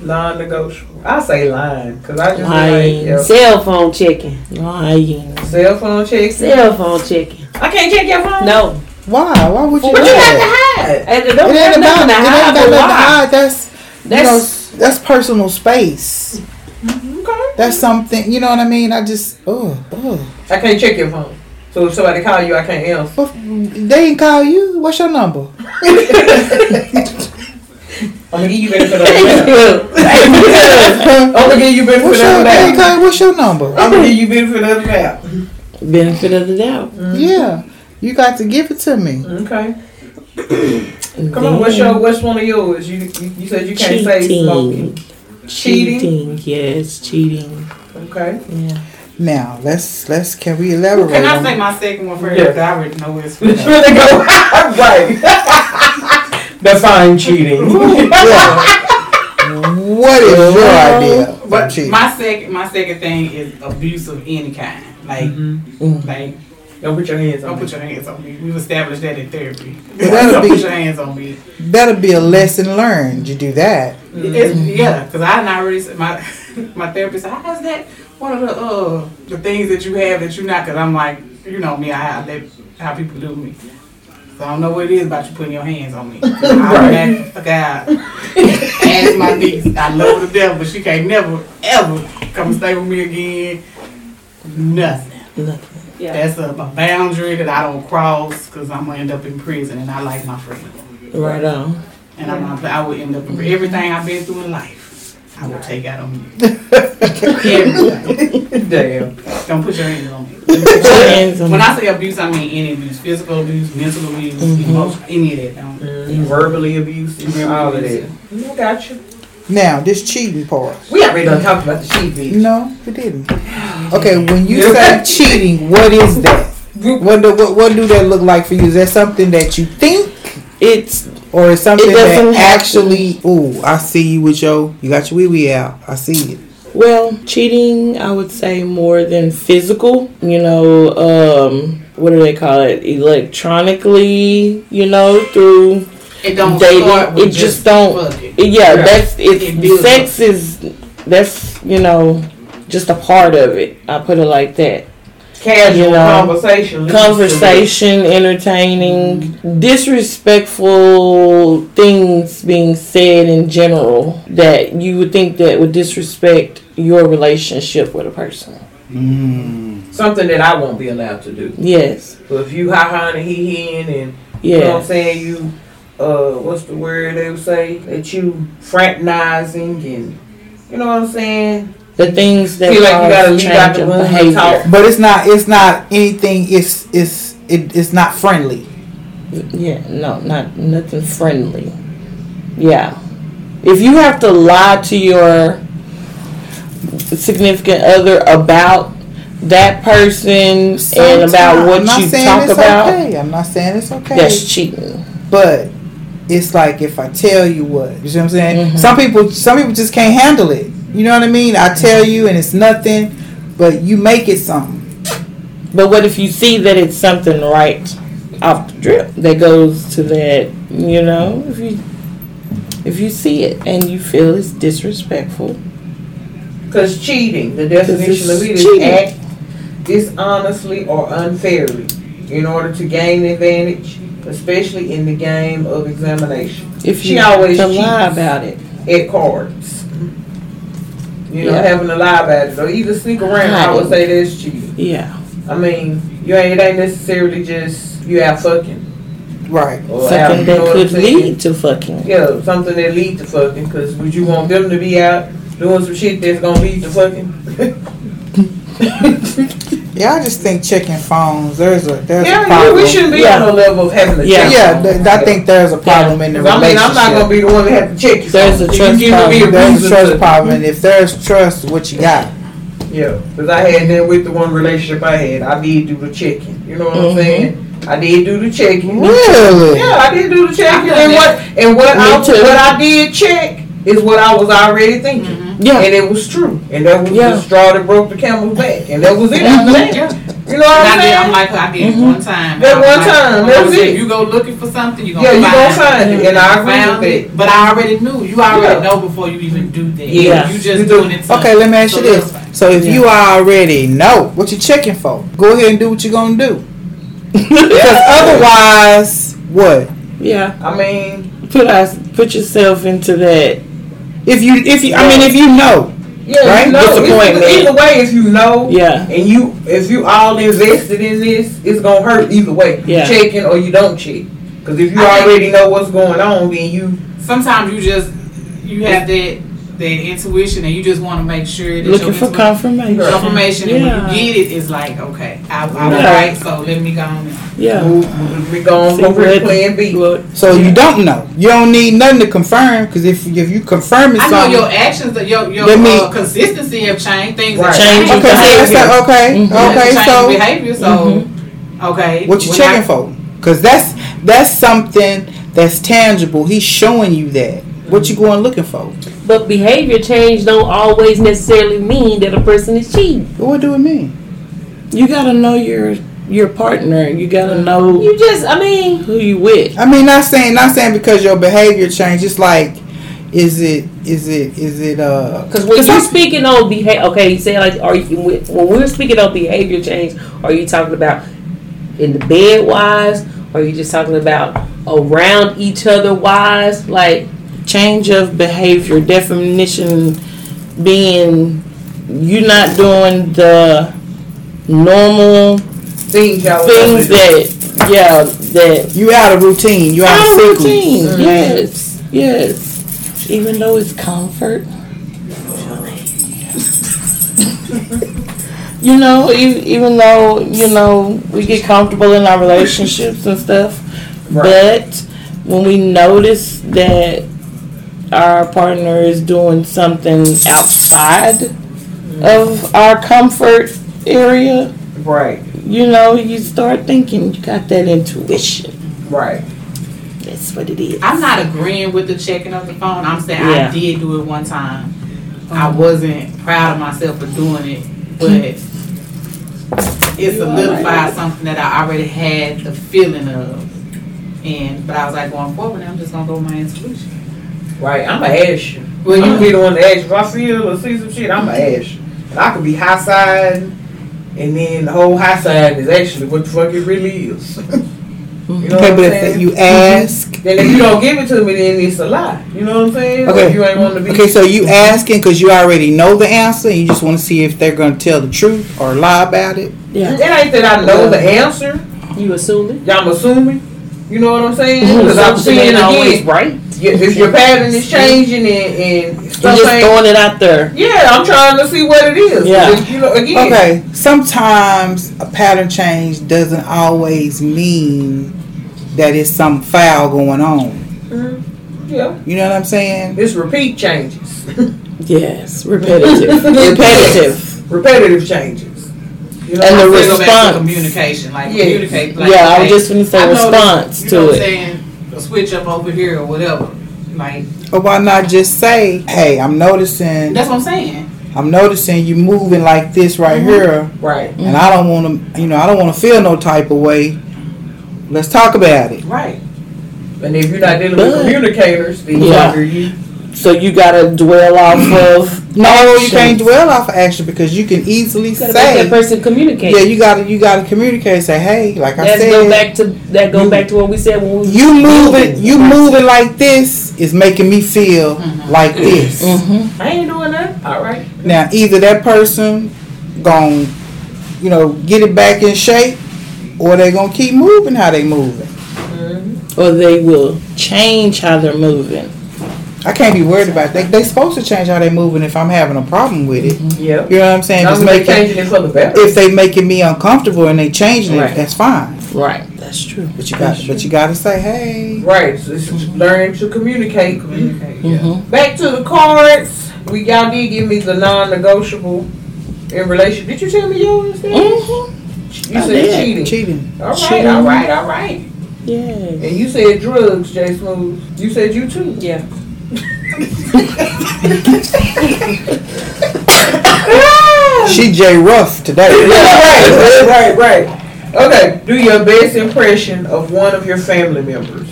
Speaker 3: Non-negotiable. I say lying because I just
Speaker 5: Lying.
Speaker 3: like yeah.
Speaker 7: cell phone checking.
Speaker 5: Lying.
Speaker 3: cell phone checks.
Speaker 7: Cell phone checking.
Speaker 3: I can't check your phone.
Speaker 7: No.
Speaker 4: Why? Why would you?
Speaker 3: What
Speaker 4: do
Speaker 3: you got
Speaker 4: that?
Speaker 3: to hide?
Speaker 7: It ain't
Speaker 4: It ain't about it. Ain't about nothing to hide. That's you know,
Speaker 7: That's-
Speaker 4: s- that's personal space.
Speaker 2: Mm-hmm.
Speaker 3: Okay.
Speaker 4: That's something. You know what I mean? I just oh oh.
Speaker 3: I can't check your phone. So if somebody call you, I can't answer.
Speaker 4: But they ain't call you. What's your
Speaker 2: (laughs)
Speaker 4: number?
Speaker 3: I'm gonna give you benefit of the doubt.
Speaker 5: (laughs)
Speaker 7: (laughs)
Speaker 3: I'm gonna give you benefit of
Speaker 4: What's
Speaker 3: the
Speaker 4: your, they ain't
Speaker 3: doubt.
Speaker 4: call, what's your number?
Speaker 3: I'm gonna give you benefit of the doubt.
Speaker 5: Benefit of the doubt.
Speaker 2: Mm-hmm.
Speaker 4: Yeah, you got to give it to me.
Speaker 3: Okay. Come on, what's your what's one of yours? You you, you said you can't say smoking.
Speaker 5: cheating.
Speaker 3: Cheating?
Speaker 5: Cheating. Yes, cheating.
Speaker 3: (laughs) Okay.
Speaker 5: Yeah.
Speaker 4: Now let's let's can we elaborate?
Speaker 2: Can I
Speaker 4: on-
Speaker 2: say my second one first?
Speaker 3: Yeah.
Speaker 2: Because I already know where it's
Speaker 3: It's
Speaker 2: from.
Speaker 3: really go (laughs) right. Define cheating.
Speaker 4: Yeah.
Speaker 2: (laughs)
Speaker 4: what is your idea? of
Speaker 2: Oh, But
Speaker 4: cheating?
Speaker 2: my second, my second thing is abuse of any kind. Like, like
Speaker 3: Don't put your hands
Speaker 2: don't
Speaker 3: on
Speaker 2: put
Speaker 3: me.
Speaker 2: your hands on me. We've established that in therapy.
Speaker 4: Well, that'll
Speaker 2: don't
Speaker 4: be-
Speaker 2: put your hands on me.
Speaker 4: That'll be a lesson learned. You do that.
Speaker 2: It's, yeah, because I not really my (laughs) my therapist. said, How is that one of the uh the things that you have that you not? Because I'm like, you know me, I have that how people do me. So I don't know what it is about you putting your hands on me. I'm right. fuck out. Ask my niece. I love her to death, but she can't never ever come and stay with me again. Nothing.
Speaker 5: Nothing.
Speaker 7: yeah.
Speaker 2: That's a, a boundary that I don't cross because I'm gonna end up in prison, and I like my freedom.
Speaker 5: Right
Speaker 7: (laughs)
Speaker 5: on.
Speaker 2: And I'm not, I would end up with everything I've been through in life. I will take out on
Speaker 3: (laughs)
Speaker 2: you. Everything.
Speaker 3: Damn.
Speaker 2: Don't put your hands on me.
Speaker 5: Put your hands on
Speaker 2: When
Speaker 5: me.
Speaker 2: I say abuse, I mean any abuse physical abuse, mental abuse, emotional, any of that. Don't.
Speaker 3: Mm-hmm. Verbally abusive. All of that. I got you.
Speaker 4: Now this cheating part.
Speaker 3: We already done talked about the cheating.
Speaker 4: No, we didn't. Okay, when you say cheating, what is that? What do what, what do that look like for you? Is that something that you think,
Speaker 5: It's
Speaker 4: or is something
Speaker 5: It doesn't
Speaker 4: that
Speaker 5: have
Speaker 4: actually? Ooh, I see you with your you got your wee wee out. I see it.
Speaker 5: Well, cheating, I would say more than physical. You know, um, what do they call it? Electronically, you know, through
Speaker 2: It don't
Speaker 5: dating.
Speaker 2: start with
Speaker 5: It just don't.
Speaker 2: fucking.
Speaker 5: Yeah, that's
Speaker 2: It
Speaker 5: it's
Speaker 2: builds
Speaker 5: sex is that's you know just a part of it. I put it like that.
Speaker 3: Casual
Speaker 5: You know,
Speaker 3: conversation. leads to
Speaker 5: Conversation, entertaining, disrespectful things being said in general that you would think that would disrespect your relationship with a person.
Speaker 1: Mm.
Speaker 3: Something that I won't be allowed to do.
Speaker 5: Yes.
Speaker 3: But if you ha ha and he hen and You know what I'm
Speaker 5: Yeah.
Speaker 3: saying? You, uh, what's the word they would say? That you fraternizing and, you know what I'm saying?
Speaker 5: The things that
Speaker 3: Feel like you gotta
Speaker 5: cause
Speaker 3: leave out
Speaker 5: change
Speaker 3: the
Speaker 5: of
Speaker 3: room and
Speaker 5: behavior.
Speaker 3: talk.
Speaker 4: But it's not. It's not anything. It's it's it, it's not friendly.
Speaker 5: Yeah, no, not nothing friendly. Yeah. If you have to lie to your significant other about that person and about
Speaker 4: Sometimes.
Speaker 5: what
Speaker 4: I'm not
Speaker 5: you
Speaker 4: saying
Speaker 5: talk
Speaker 4: it's
Speaker 5: about,
Speaker 4: Okay. I'm not saying it's okay.
Speaker 5: that's cheating.
Speaker 4: but it's like if I tell you what, you see what I'm saying?
Speaker 3: Mm-hmm.
Speaker 5: Mhm.
Speaker 4: Some people some people just can't handle it. You know what I mean? I tell you and it's nothing, but you make it something.
Speaker 5: But what if you see that it's something right off the drip that goes to that, you know, if you if you see it and you feel it's disrespectful.
Speaker 3: Because cheating, the definition of it is
Speaker 5: cheating.
Speaker 3: act dishonestly or unfairly in order to gain advantage, especially in the game of examination.
Speaker 5: If
Speaker 3: She
Speaker 5: you
Speaker 3: always
Speaker 5: to lie
Speaker 3: cheats.
Speaker 5: about it.
Speaker 3: At cards. You know,
Speaker 5: Yeah.
Speaker 3: having to lie about it. Or either sneak around, I would
Speaker 5: Hiding.
Speaker 3: say that's cheating.
Speaker 5: Yeah.
Speaker 3: I mean, you ain't, it ain't necessarily just you out fucking.
Speaker 4: Right.
Speaker 3: Or out,
Speaker 5: Something
Speaker 3: you
Speaker 5: that
Speaker 3: know what I'm
Speaker 5: could
Speaker 3: saying?
Speaker 5: lead to fucking.
Speaker 3: Yeah, something that lead to fucking. Cause would you want them to be out doing some shit that's gonna lead to fucking?
Speaker 4: Yeah, I just think checking phones, there's a there's a
Speaker 3: yeah,
Speaker 4: problem.
Speaker 3: we shouldn't be on the level of having to
Speaker 5: Yeah.
Speaker 3: check.
Speaker 4: yeah,
Speaker 3: on
Speaker 4: th-
Speaker 3: them.
Speaker 4: I think there's a problem in the
Speaker 3: 'Cause I mean,
Speaker 4: relationship.
Speaker 3: I'm not gonna be the one that have to check. you.
Speaker 5: There's a
Speaker 3: If you
Speaker 5: trust
Speaker 3: giving me
Speaker 5: problem.
Speaker 4: there's a
Speaker 3: reason
Speaker 4: trust
Speaker 3: to-
Speaker 4: problem. And if there's trust, what you got?
Speaker 3: Yeah, cause I had that with the one relationship I had. I did do the checking. You know what I'm
Speaker 5: Mhm.
Speaker 3: saying? I did do the checking.
Speaker 4: Really?
Speaker 3: Yeah, I did do the check, and what and what
Speaker 5: Me
Speaker 3: I
Speaker 5: too.
Speaker 3: what I did check is what I was already thinking,
Speaker 5: Yeah.
Speaker 3: and it was true, and that was
Speaker 5: Yeah.
Speaker 3: the straw that broke the camel's back, and that was it. after that.
Speaker 2: Yeah.
Speaker 3: You know what
Speaker 2: And
Speaker 3: I'm
Speaker 2: I did, I'm
Speaker 3: saying?
Speaker 2: like, I did it one time.
Speaker 3: Mm-hmm. That
Speaker 2: I was
Speaker 3: one
Speaker 2: like,
Speaker 3: time,
Speaker 2: when I
Speaker 3: that was
Speaker 2: there,
Speaker 3: it.
Speaker 2: You go looking for something, you gonna
Speaker 3: Yeah, you
Speaker 2: find
Speaker 3: gonna
Speaker 2: it.
Speaker 3: find it, and I agree with
Speaker 2: Found
Speaker 3: it.
Speaker 2: But I already knew. You already
Speaker 3: Yeah.
Speaker 2: know before you even do that.
Speaker 5: Yeah.
Speaker 2: You just
Speaker 3: You do.
Speaker 2: doing it. to-
Speaker 4: Okay, let me ask
Speaker 2: so
Speaker 4: you
Speaker 2: that's
Speaker 4: this.
Speaker 2: fine.
Speaker 4: So if you already know what you're checking for, go ahead and do what you're gonna do.
Speaker 2: (laughs)
Speaker 4: Because otherwise, what?
Speaker 5: Yeah.
Speaker 3: I mean,
Speaker 5: Put us put yourself into that.
Speaker 4: If you, if you, I mean, if you know,
Speaker 3: yeah,
Speaker 4: Right?
Speaker 3: you know, it's-
Speaker 5: Disappointment.
Speaker 3: either way, if you know,
Speaker 5: Yeah.
Speaker 3: and you if you all invested in this, it's gonna hurt either way.
Speaker 5: Yeah.
Speaker 3: You checking or you don't check, because if you
Speaker 2: I think-
Speaker 3: already know what's going on, then you
Speaker 2: Sometimes you just you have that that intuition, and you just want to make sure that
Speaker 5: Looking
Speaker 2: your
Speaker 5: for
Speaker 2: intuition-
Speaker 5: confirmation.
Speaker 2: your information, and
Speaker 5: Yeah.
Speaker 2: when you get it, it's like, okay, I, I was
Speaker 5: Yeah.
Speaker 2: right, so let me go on. and-
Speaker 5: Yeah.
Speaker 3: move, we going
Speaker 5: See
Speaker 3: over to
Speaker 5: what-
Speaker 3: plan B.
Speaker 5: what-
Speaker 4: so you don't know, you don't need nothing to confirm. Because if if you confirming
Speaker 2: I know
Speaker 4: something,
Speaker 2: your actions, that your your
Speaker 4: That mean-
Speaker 2: uh, consistency have changed. Things
Speaker 3: Right.
Speaker 2: have
Speaker 5: Change
Speaker 2: changed.
Speaker 5: your
Speaker 4: okay, so that's
Speaker 5: behavior.
Speaker 4: not, okay,
Speaker 5: Mhm.
Speaker 4: okay.
Speaker 2: Change
Speaker 4: So
Speaker 2: Mm-hmm.
Speaker 4: mm-hmm.
Speaker 2: behavior. So okay,
Speaker 4: what you
Speaker 2: when
Speaker 4: checking
Speaker 2: I-
Speaker 4: for? Because that's that's something that's tangible. He's showing you that. What you going looking for?
Speaker 8: But behavior change don't always necessarily mean that a person is cheating.
Speaker 4: What do it mean?
Speaker 5: You gotta know your your partner. You gotta know
Speaker 8: You just, I mean,
Speaker 5: who you with.
Speaker 4: I mean, not saying not saying because your behavior changed. It's like, is it is it is it uh?
Speaker 8: because when you're
Speaker 4: some-
Speaker 8: speaking on behavior, okay, you say like, are you when we're speaking on behavior change, are you talking about in the bed wise? Or are you just talking about around each other wise? Like,
Speaker 5: Change of behavior. Definition being you not doing the normal
Speaker 3: Things y'all
Speaker 5: things that yeah that
Speaker 4: you out of routine. You out of Mm-hmm.
Speaker 5: Our
Speaker 4: cycle.
Speaker 5: routine. Yes, yes. Even though it's comfort. (laughs) You know, e- even though you know we get comfortable in our relationships and stuff, but when we notice that our partner is doing something outside of our comfort area,
Speaker 3: Right,
Speaker 5: you know, you start thinking you got that intuition.
Speaker 3: right.
Speaker 5: That's what it is.
Speaker 2: I'm not agreeing with the checking of the phone. I'm saying
Speaker 5: Yeah.
Speaker 2: I did do it one time, I wasn't proud of myself for doing it, but it solidified something that I already had the feeling of. And but I was like going forward, I'm just gonna go with my intuition.
Speaker 3: Right, I'ma ask you.
Speaker 2: Well,
Speaker 3: you
Speaker 2: you
Speaker 3: be the one to ask. If I see you or see some shit, I'ma ask you. And I could be high side, and then the whole high side is actually what the fuck it really is. (laughs) you know
Speaker 4: Okay,
Speaker 3: what I'm
Speaker 4: but
Speaker 3: saying?
Speaker 4: if you ask,
Speaker 3: Then if you don't give it to me, then it's a lie. You know what I'm saying? Or
Speaker 4: Okay.
Speaker 3: if you ain't want to be.
Speaker 4: okay, so you asking because you already know the answer, and you just want to see if they're going to tell the truth or lie about it.
Speaker 3: It ain't that I know the answer.
Speaker 7: You assuming?
Speaker 3: Y'all assuming. You know what I'm saying? Because I'm
Speaker 5: Mm-hmm. Something
Speaker 3: seeing
Speaker 5: ain't always
Speaker 3: again.
Speaker 5: right.
Speaker 3: Your, if your pattern is changing and, and
Speaker 5: You're
Speaker 3: stuff
Speaker 5: just
Speaker 3: ain't.
Speaker 5: throwing it out there.
Speaker 3: Yeah, I'm trying to see what it is.
Speaker 5: Yeah.
Speaker 3: You know, again.
Speaker 4: Okay, sometimes a pattern change doesn't always mean that it's some foul going on.
Speaker 3: Yeah.
Speaker 4: You know what I'm saying?
Speaker 3: It's repeat changes. (laughs)
Speaker 5: Yes,
Speaker 2: (laughs)
Speaker 5: repetitive. repetitive.
Speaker 3: repetitive changes. You know,
Speaker 5: And the
Speaker 2: I still go back
Speaker 5: response.
Speaker 2: to communication, like
Speaker 3: Yeah.
Speaker 2: communicate. Like,
Speaker 5: Yeah, I was
Speaker 2: like,
Speaker 5: just gonna say
Speaker 2: I noticed,
Speaker 5: response
Speaker 2: you know
Speaker 5: to
Speaker 2: what I'm
Speaker 5: it.
Speaker 2: saying, a switch up over here or whatever. Like
Speaker 4: Or why not just say, "Hey, I'm noticing,
Speaker 2: that's what I'm saying.
Speaker 4: I'm noticing you moving like this right
Speaker 7: Mm-hmm.
Speaker 4: here,
Speaker 3: right.
Speaker 4: and I don't want to, you know, I don't want to feel no type of way. Let's talk about it."
Speaker 2: Right.
Speaker 3: And if you're not dealing
Speaker 5: But-
Speaker 3: with communicators, then
Speaker 5: Yeah.
Speaker 3: yeah. you
Speaker 5: So you gotta dwell off of
Speaker 4: No, you
Speaker 5: Actions.
Speaker 4: can't dwell off of action because you can easily
Speaker 7: Gotta make that
Speaker 4: say,
Speaker 7: person communicate.
Speaker 4: "Yeah, you gotta, you gotta communicate. Say, hey, like I
Speaker 7: Let's
Speaker 4: said,
Speaker 7: go back to that. Go
Speaker 4: you-
Speaker 7: back to what we said when we
Speaker 4: you moving, you
Speaker 7: Right.
Speaker 4: moving like this is making me feel
Speaker 7: Mm-hmm.
Speaker 4: like this."
Speaker 3: I ain't doing that. All right.
Speaker 4: Now, either that person gon' you know, get it back in shape, or they gonna keep moving how they moving.
Speaker 5: or they will change how they're moving.
Speaker 4: I can't be worried about that. They supposed to change how they moving if I'm having a problem with it.
Speaker 3: Yeah.
Speaker 4: You know what I'm saying?
Speaker 3: Now
Speaker 4: Just
Speaker 3: they
Speaker 4: making,
Speaker 3: changing it for the better.
Speaker 4: if they making me uncomfortable and they changing
Speaker 3: Right.
Speaker 4: it, that's fine.
Speaker 5: Right. That's true.
Speaker 4: But you got, but you gotta say, hey,
Speaker 3: Right. So it's learn to communicate.
Speaker 2: Communicate.
Speaker 5: Mm-hmm.
Speaker 3: Back to the cards. We y'all did give me the non-negotiable in relation. Did you tell me yours? Then?
Speaker 5: Mm-hmm.
Speaker 3: You
Speaker 5: I
Speaker 3: said
Speaker 5: did.
Speaker 3: cheating.
Speaker 4: cheating.
Speaker 3: All right.
Speaker 5: Cheating.
Speaker 3: All right. All right.
Speaker 5: Yeah.
Speaker 3: And you said drugs, Jay Smooth. You said you too.
Speaker 7: Yeah.
Speaker 4: She J
Speaker 3: (laughs)
Speaker 4: Ruff today.
Speaker 3: right, right, right, right. Okay, do your best impression of one of your family members.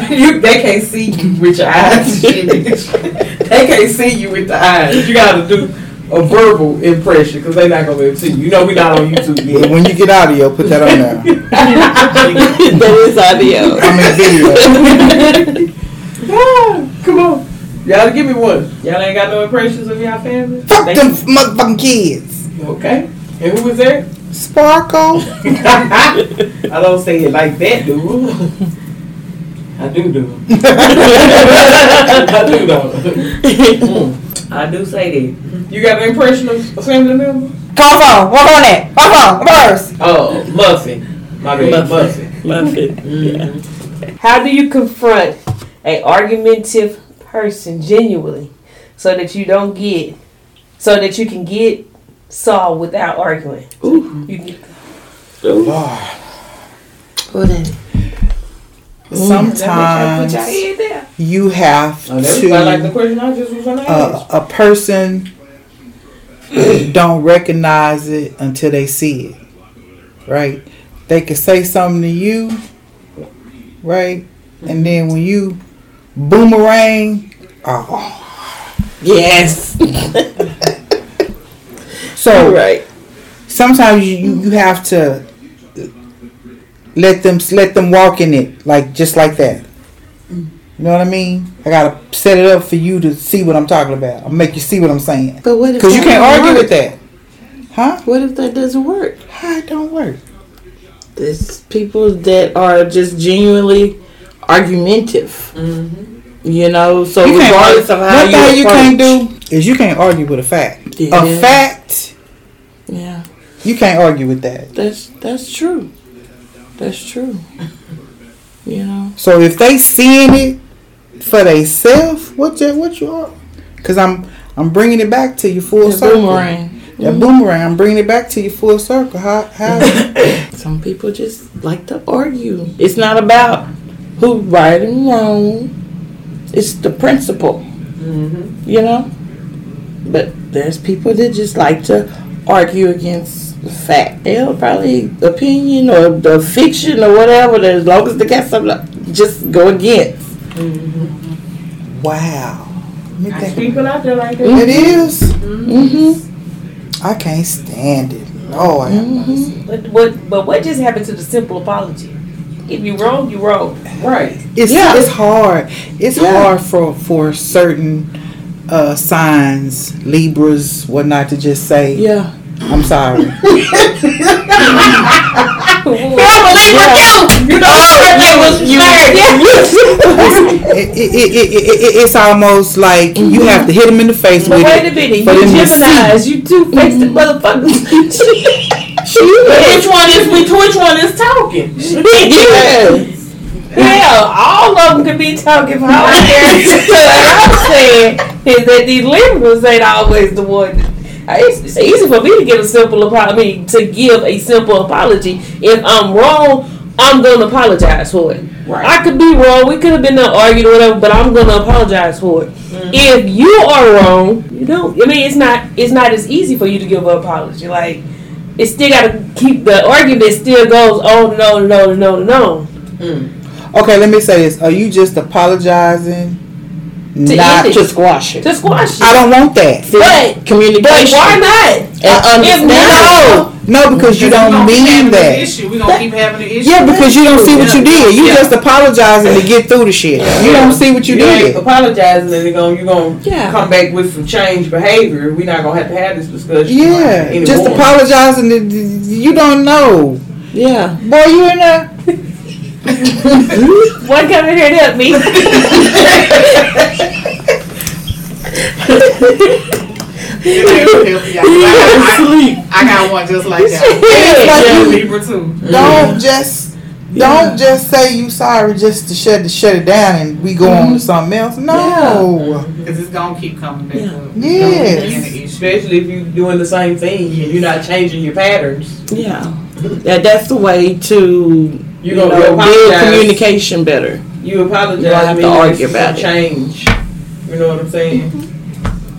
Speaker 3: (laughs) you, they can't see you with your (laughs) eyes. shit. they can't see you with the eyes. You got to do a verbal impression because they not gonna be able to see you. You know we not on YouTube
Speaker 4: Yeah,
Speaker 3: yet. (laughs)
Speaker 4: (laughs) when you get audio, put that on there.
Speaker 5: that is audio.
Speaker 4: I mean video.
Speaker 3: Ah, Come on, y'all give me one. Y'all ain't got no impressions of y'all family.
Speaker 4: Fuck them motherfucking kids.
Speaker 3: Okay, and who was there?
Speaker 4: Sparkle.
Speaker 3: (laughs) I don't say it like that, dude. I do, (laughs) do. I do, though. (laughs) I do say that. You got an impression of a family member?
Speaker 9: Come on, work on that. Work on first.
Speaker 3: Oh, Muffin. My bad, Muffin.
Speaker 2: Mm-hmm.
Speaker 5: Love it. Yeah.
Speaker 7: How do you confront a argumentative person genuinely so that you don't get so that you can get solved without arguing? Ooh. You can,
Speaker 4: Sometimes you have
Speaker 3: Oh, that's
Speaker 4: to.
Speaker 3: why I like the question I just was gonna ask.
Speaker 9: Uh,
Speaker 4: a, a person (clears throat) don't recognize it until they see it right they could say something to you right and then when you boomerang oh.
Speaker 5: Yes. (laughs)
Speaker 4: so
Speaker 5: Right.
Speaker 4: sometimes you, you, you have to let them let them walk in it like just like that you know what i mean i gotta set it up for you to see what i'm talking about i'll make you see what i'm saying
Speaker 5: But what if
Speaker 4: because you can't argue with that huh
Speaker 5: What if that doesn't work?
Speaker 4: How it don't work?
Speaker 5: There's people that are just genuinely argumentative.
Speaker 2: Mm-hmm.
Speaker 5: You know, so
Speaker 4: You can't,
Speaker 5: regardless of how
Speaker 4: one
Speaker 5: you,
Speaker 4: thing you
Speaker 5: approach-
Speaker 4: can't do is you can't argue with a fact.
Speaker 5: Yeah.
Speaker 4: A fact,
Speaker 5: Yeah,
Speaker 4: you can't argue with that.
Speaker 5: that's that's true. That's
Speaker 2: (laughs)
Speaker 5: true. You know.
Speaker 4: So if they seeing it for themselves, what you, what you are? Because I'm I'm bringing it back to you full
Speaker 5: The
Speaker 4: circle.
Speaker 5: boomerang.
Speaker 4: That boomerang. I'm bringing it back to you full circle. How how?
Speaker 5: Some people just like to argue. It's not about who
Speaker 10: Mm-hmm.
Speaker 5: right and wrong. It's the principle. You know, But there's people that just like to argue against the fact. They'll probably opinion or the fiction or whatever. that As long as they got something, to just go against.
Speaker 4: Wow. Let me
Speaker 2: Nice
Speaker 4: think.
Speaker 2: people out there like that.
Speaker 4: It is.
Speaker 5: Mm-hmm.
Speaker 4: I can't stand it. Lord.
Speaker 7: But what? But what just happened to the simple apology? If you wrong, you wrong. (laughs)
Speaker 2: Right.
Speaker 4: It's
Speaker 5: Yeah.
Speaker 4: it's hard. It's
Speaker 5: Yeah.
Speaker 4: hard for for certain uh signs, Libras, whatnot to just say.
Speaker 5: Yeah.
Speaker 4: I'm sorry. it, it, it, it, it, it- it's almost like you have to hit them in the face
Speaker 7: But
Speaker 4: with
Speaker 7: wait
Speaker 4: it.
Speaker 7: a minute, you
Speaker 4: for them to see.
Speaker 7: Gemini's, you two faced motherfuckers.
Speaker 10: Which one is we? Which one is talking?
Speaker 5: (laughs) Yeah.
Speaker 7: Hell, all of them could be talking for how (laughs) I'm saying is that these liberals ain't always the one. It's it's easy for me to give a simple apology. I mean, to give a simple apology. If I'm wrong, I'm gonna apologize for it. I could be wrong. We could have been there arguing or whatever, but I'm gonna apologize for it. If you are wrong, you don't. I mean, it's not. It's not as easy for you to give an apology. Like, it still got to keep the argument still goes. Oh no, no, no, no.
Speaker 4: Okay, let me say this. Are you just apologizing?
Speaker 7: To
Speaker 4: not
Speaker 7: end it.
Speaker 5: To squash it.
Speaker 7: to squash it.
Speaker 4: I don't want that.
Speaker 7: But but
Speaker 5: Communication.
Speaker 7: why not?
Speaker 5: and understanding.
Speaker 7: If
Speaker 4: No, no, because you
Speaker 2: If we
Speaker 4: don't
Speaker 2: gonna keep
Speaker 4: mean
Speaker 2: having this
Speaker 4: that.
Speaker 2: Issue. We're gonna keep having the issue.
Speaker 4: Yeah, because you don't see what you did. You
Speaker 2: Yeah.
Speaker 4: just apologizing to get through the shit. You don't see what you
Speaker 3: You ain't
Speaker 4: did.
Speaker 3: apologizing and you're gonna, you're gonna
Speaker 7: Yeah.
Speaker 3: come back with some changed behavior. We're not gonna have to have this discussion.
Speaker 4: Yeah,
Speaker 3: anymore.
Speaker 4: just apologizing. To, you don't know,
Speaker 5: Yeah.
Speaker 4: boy. You in there?
Speaker 7: not, one coming here to help me.
Speaker 2: I, I, I got one just like that.
Speaker 4: It's
Speaker 7: (laughs)
Speaker 4: like
Speaker 2: Yeah,
Speaker 4: you
Speaker 2: Libra too.
Speaker 4: don't just don't just say you sorry just to shut to shut it down and we go on to something else. No,
Speaker 2: Because it's gonna keep coming back up.
Speaker 4: Yes.
Speaker 2: It's gonna be an issue.
Speaker 3: Especially if you're doing the same thing and you're not changing your patterns.
Speaker 5: Yeah. That, that's the way to
Speaker 3: You're
Speaker 5: you know,
Speaker 3: gonna you
Speaker 5: build
Speaker 3: apologize.
Speaker 5: communication better.
Speaker 3: You apologize.
Speaker 5: You don't have to
Speaker 3: meaning
Speaker 5: argue
Speaker 3: it's a
Speaker 5: about it.
Speaker 3: Change. You know what I'm saying?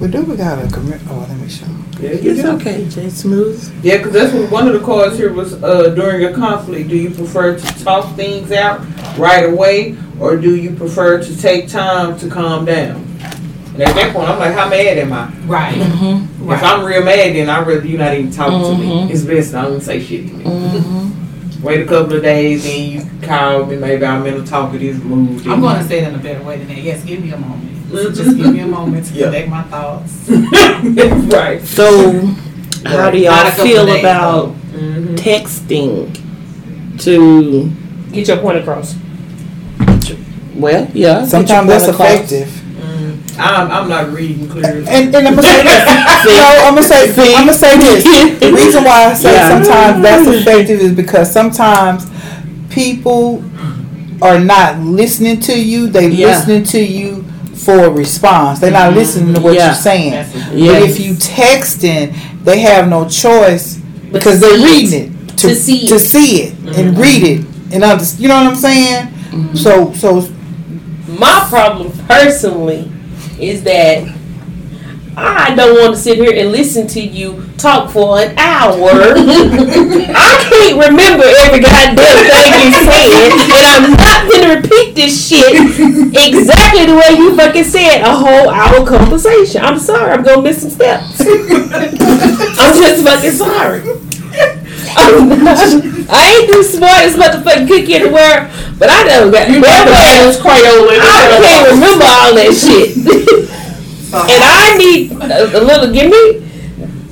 Speaker 4: we do. We gotta commit. Oh, let me show.
Speaker 3: Yeah,
Speaker 5: It's okay, Jay Smooth.
Speaker 3: Yeah, because that's what one of the cards here was uh, during a conflict. Do you prefer to talk things out right away, or do you prefer to take time to calm down? And at that point, I'm like, how mad am I?
Speaker 2: Right.
Speaker 3: If I'm real mad, then I really you're not even talking
Speaker 5: Mm-hmm.
Speaker 3: to me. It's best I don't say shit to me. Wait a couple of days, then you call me. Maybe I'm in a talkative mood. then-
Speaker 2: I'm going to say it in a better way than that. Yes, give me a moment. So just give me a moment to
Speaker 3: Yeah.
Speaker 2: collect my thoughts.
Speaker 3: (laughs) right.
Speaker 5: So, how do
Speaker 2: Not a
Speaker 5: y'all
Speaker 2: couple
Speaker 5: feel
Speaker 2: days,
Speaker 5: about
Speaker 3: Mm-hmm.
Speaker 5: texting to,
Speaker 7: Get your point across.
Speaker 5: well, yeah. get
Speaker 4: Sometimes
Speaker 5: your
Speaker 4: that's
Speaker 5: point across.
Speaker 4: effective.
Speaker 2: Mm.
Speaker 3: I'm, I'm not reading clearly.
Speaker 4: And, and I'm gonna say this. no, I'm gonna say I'm gonna say this. The reason why I say
Speaker 5: Yeah.
Speaker 4: sometimes that's effective is because sometimes people are not listening to you. They
Speaker 5: Yeah.
Speaker 4: listening to you for a response. They're not listening to what
Speaker 5: Yeah.
Speaker 4: you're saying.
Speaker 2: That's what
Speaker 4: But
Speaker 5: Yes.
Speaker 4: if
Speaker 7: (laughs)
Speaker 4: you texting, they have no choice because they're reading it
Speaker 7: To see
Speaker 4: to
Speaker 7: it.
Speaker 4: see it and read it and under, You know what I'm saying? So so
Speaker 7: My problem personally is that I don't want to sit here and listen to you talk for an hour. I can't remember every goddamn thing you
Speaker 5: (laughs)
Speaker 7: said, and I'm not gonna repeat this shit exactly the way you fucking said a whole hour conversation. I'm sorry, I'm gonna miss some steps. I'm just fucking sorry.
Speaker 5: (laughs)
Speaker 7: I'm not, I ain't the smartest motherfucking cookie in the world, but I know that. There was- I can't remember all that shit. (laughs) and I need a, a little, give me.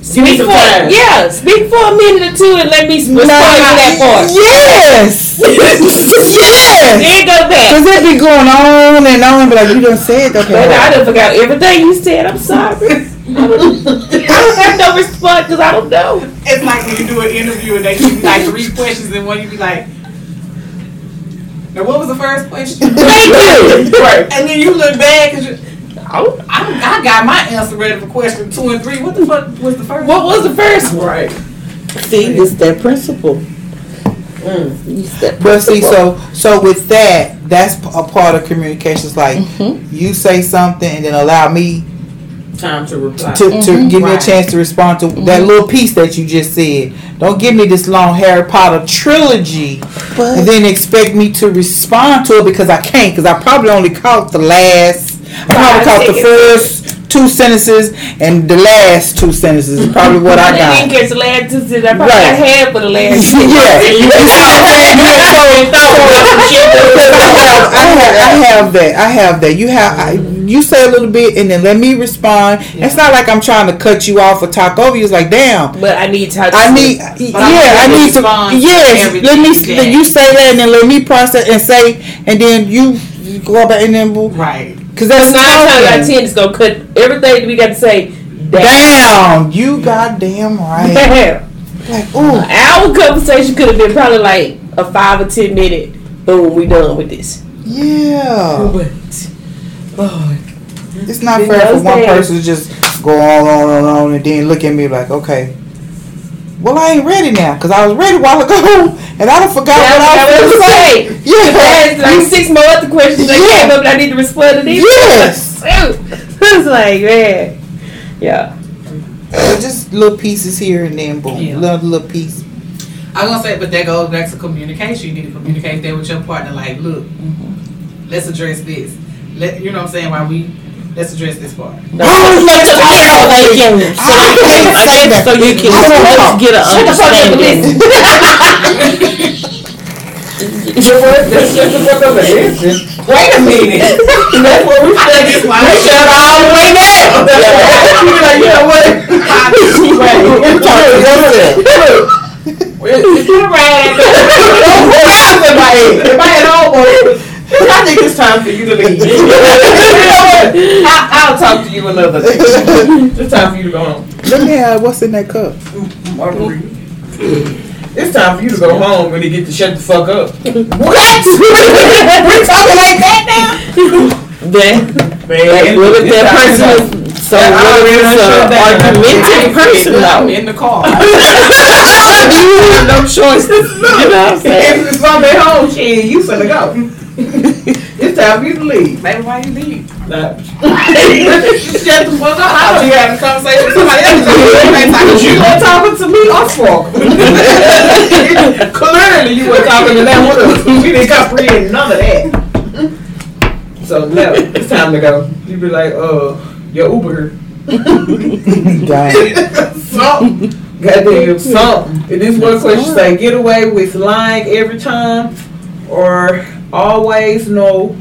Speaker 7: Speak for
Speaker 3: time.
Speaker 7: yeah, speak for a minute or two and let me respond to that
Speaker 4: (laughs)
Speaker 7: part.
Speaker 4: yes, yes.
Speaker 7: Then go back.
Speaker 4: Cause it be going on and on, but like you done said,
Speaker 7: But I
Speaker 4: okay.
Speaker 7: done forgot everything you said. I'm sorry. (laughs) I don't have no response because I don't know.
Speaker 2: It's like when you do an interview and they give you like three questions and one you be like, now what was the first question?
Speaker 7: Thank you.
Speaker 3: Right.
Speaker 2: And then you look back and you, oh, I, I got my answer ready for question two and three. What the fuck was the first?
Speaker 7: What was the first one?
Speaker 3: Right.
Speaker 5: See, it's that principle. It's that
Speaker 4: But see,
Speaker 5: principle.
Speaker 4: so so with that, that's p- a part of communication. It's like you say something and then allow me
Speaker 3: time to reply.
Speaker 4: to, to give me a
Speaker 11: Right.
Speaker 4: chance to respond to that little piece that you just said. Don't give me this long Harry Potter trilogy and then expect me to respond to it because I can't because I probably only caught the last, I probably caught the first two sentences and the last two sentences is probably what
Speaker 5: I
Speaker 4: I got.
Speaker 5: didn't catch the last two that I probably
Speaker 4: Right.
Speaker 5: had for the
Speaker 4: (laughs) yeah.
Speaker 5: last.
Speaker 4: (laughs) I have, I have that. I have that. You have. I, you say a little bit, and then let me respond. It's not like I'm trying to cut you off or talk over you. It's like, damn,
Speaker 5: But I need to.
Speaker 4: I need, yeah, I need to,
Speaker 2: respond to
Speaker 4: yes, let me,
Speaker 2: everything that-
Speaker 4: you say that and then let me process and say, and then you you go up and then, we'll-
Speaker 2: Right.
Speaker 4: cause that's
Speaker 5: Nine times out of
Speaker 4: talking.
Speaker 5: ten, it's gonna cut everything we got to say. That
Speaker 4: Damn, you goddamn right. Like,
Speaker 5: (laughs)
Speaker 4: ooh,
Speaker 5: Our conversation could have been probably like a five or ten minute. Boom, we done with this.
Speaker 4: yeah.
Speaker 5: Lord.
Speaker 4: It's not
Speaker 5: In
Speaker 4: fair for
Speaker 5: those
Speaker 4: one
Speaker 5: days-
Speaker 4: person to just go on, on, on, on, and then look at me like, okay. Well, I ain't ready now, cause I was ready a while ago, (laughs) and I done forgot
Speaker 5: Now
Speaker 4: what
Speaker 5: I
Speaker 4: I
Speaker 5: forgot
Speaker 4: was
Speaker 5: what
Speaker 4: gonna
Speaker 5: I
Speaker 4: say. (laughs)
Speaker 5: was There's
Speaker 4: Yeah.
Speaker 5: like
Speaker 4: You-
Speaker 5: six more other questions that
Speaker 4: Yeah.
Speaker 5: came up that I need to respond to
Speaker 4: (laughs)
Speaker 5: these. (laughs)
Speaker 4: Yes.
Speaker 5: It's like, man. Yeah.
Speaker 4: So Just little pieces here and then boom,
Speaker 2: Yeah.
Speaker 4: little, little piece.
Speaker 2: I'm gonna say, but that goes back to communication. You need to communicate that with your partner. Like, look,
Speaker 3: Mm-hmm.
Speaker 2: let's address this. Let you know what I'm saying. Why we let's address this
Speaker 3: (laughs)
Speaker 2: part.
Speaker 4: (laughs)
Speaker 5: So you can both get an understanding.
Speaker 3: Wait a minute. (laughs) That's what we said.
Speaker 2: That's why we
Speaker 3: Shut all the way
Speaker 2: (laughs)
Speaker 3: down. You're like, you know what? Wait. (laughs) It's all right. Don't
Speaker 5: (laughs)
Speaker 3: put eyes in my head. In my head, all
Speaker 4: (laughs)
Speaker 3: over. I think it's time for you to leave. (laughs) you know what? I, I'll talk to you another day. (laughs) It's time for you to go home.
Speaker 4: Let me have what's in that (laughs) cup.
Speaker 3: Margarita. It's time for you to go home when they get to shut the fuck up.
Speaker 12: That,
Speaker 3: Man,
Speaker 12: what if that person is so what if it's an argumentative person
Speaker 2: I'm
Speaker 12: though?
Speaker 2: in
Speaker 3: (laughs)
Speaker 2: the car.
Speaker 12: You have no choice. You know what I'm saying?
Speaker 3: If it's from at home, shit, you finna go. (laughs) it's time for you to leave.
Speaker 2: Baby, why you leave?
Speaker 3: Shut the fuck up. I'll be having a conversation with somebody else. (laughs) You weren't talking to me or (laughs) Falk. Clearly, you weren't talking to that one of (laughs) us. We didn't comprehend none of (laughs) that. So, no, it's time to go. You be like, uh, your Uber.
Speaker 4: Damn.
Speaker 3: Something. Goddamn, something. It is one question say get away with lying every time or always know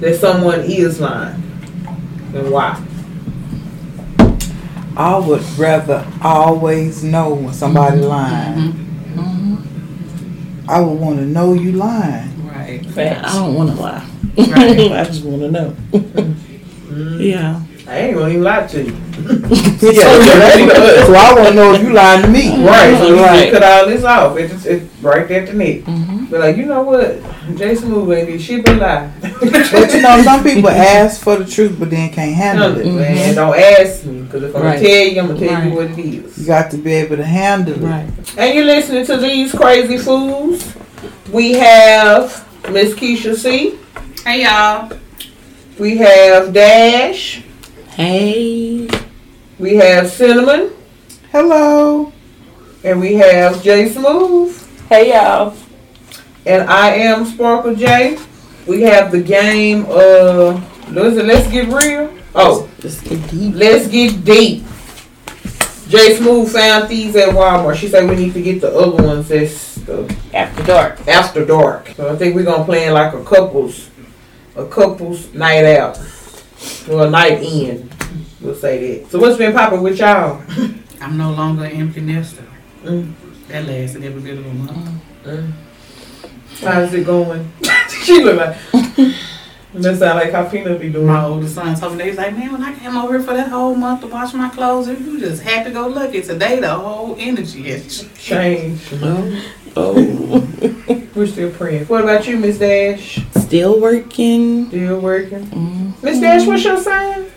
Speaker 3: that someone is lying. And why?
Speaker 4: I would rather always know when somebody
Speaker 3: Mm-hmm.
Speaker 4: lying. I would want to know
Speaker 3: (laughs)
Speaker 4: you lying.
Speaker 2: Right.
Speaker 12: I don't want to lie. (laughs)
Speaker 2: Right.
Speaker 12: I just want to know. yeah.
Speaker 3: I ain't gonna even lie to you.
Speaker 4: Yeah, so I want to know if you lying to me.
Speaker 3: Right, so you
Speaker 12: Right.
Speaker 3: just cut all this off. It's, it's right there at the neck. But like, you know what? Jason Moore, baby, she be lying.
Speaker 4: But you know, some people ask for the truth, but then can't handle it.
Speaker 3: Man, don't ask me because if I'm
Speaker 12: Right.
Speaker 3: gonna tell you, I'm gonna tell
Speaker 2: Right.
Speaker 3: you what it
Speaker 4: You
Speaker 3: is.
Speaker 4: got to be able to handle it.
Speaker 3: And you're listening to these crazy fools. We have Miss Keisha C.
Speaker 2: Hey y'all.
Speaker 3: We have Dash.
Speaker 12: Hey.
Speaker 3: We have Cinnamon.
Speaker 4: Hello.
Speaker 3: And we have Jay Smooth.
Speaker 5: Hey y'all.
Speaker 3: And I am Sparkle J. We have the game of what is it? Let's get real. Oh,
Speaker 12: Let's get deep.
Speaker 3: let's get deep. Jay Smooth found these at Walmart. She said we need to get the other ones that's the
Speaker 5: After dark.
Speaker 3: after dark. So I think we're gonna play in like a couples a couples night out. Or a night in. We'll say that. So what's been popping with y'all?
Speaker 2: I'm no longer an empty nester.
Speaker 3: Mm.
Speaker 2: That lasted every bit of a month.
Speaker 3: How's it going? (laughs) she look like (laughs) that sound like how Peanut be doing.
Speaker 2: My oldest son told me they was like, man, when I came over here for that whole month to wash my clothes, and you just happy go lucky. Today the whole energy has changed.
Speaker 3: Change. (laughs)
Speaker 12: Oh.
Speaker 3: We're still praying. What about you, Miss Dash?
Speaker 12: Still working.
Speaker 3: Still working. Miss Dash, what's your sign?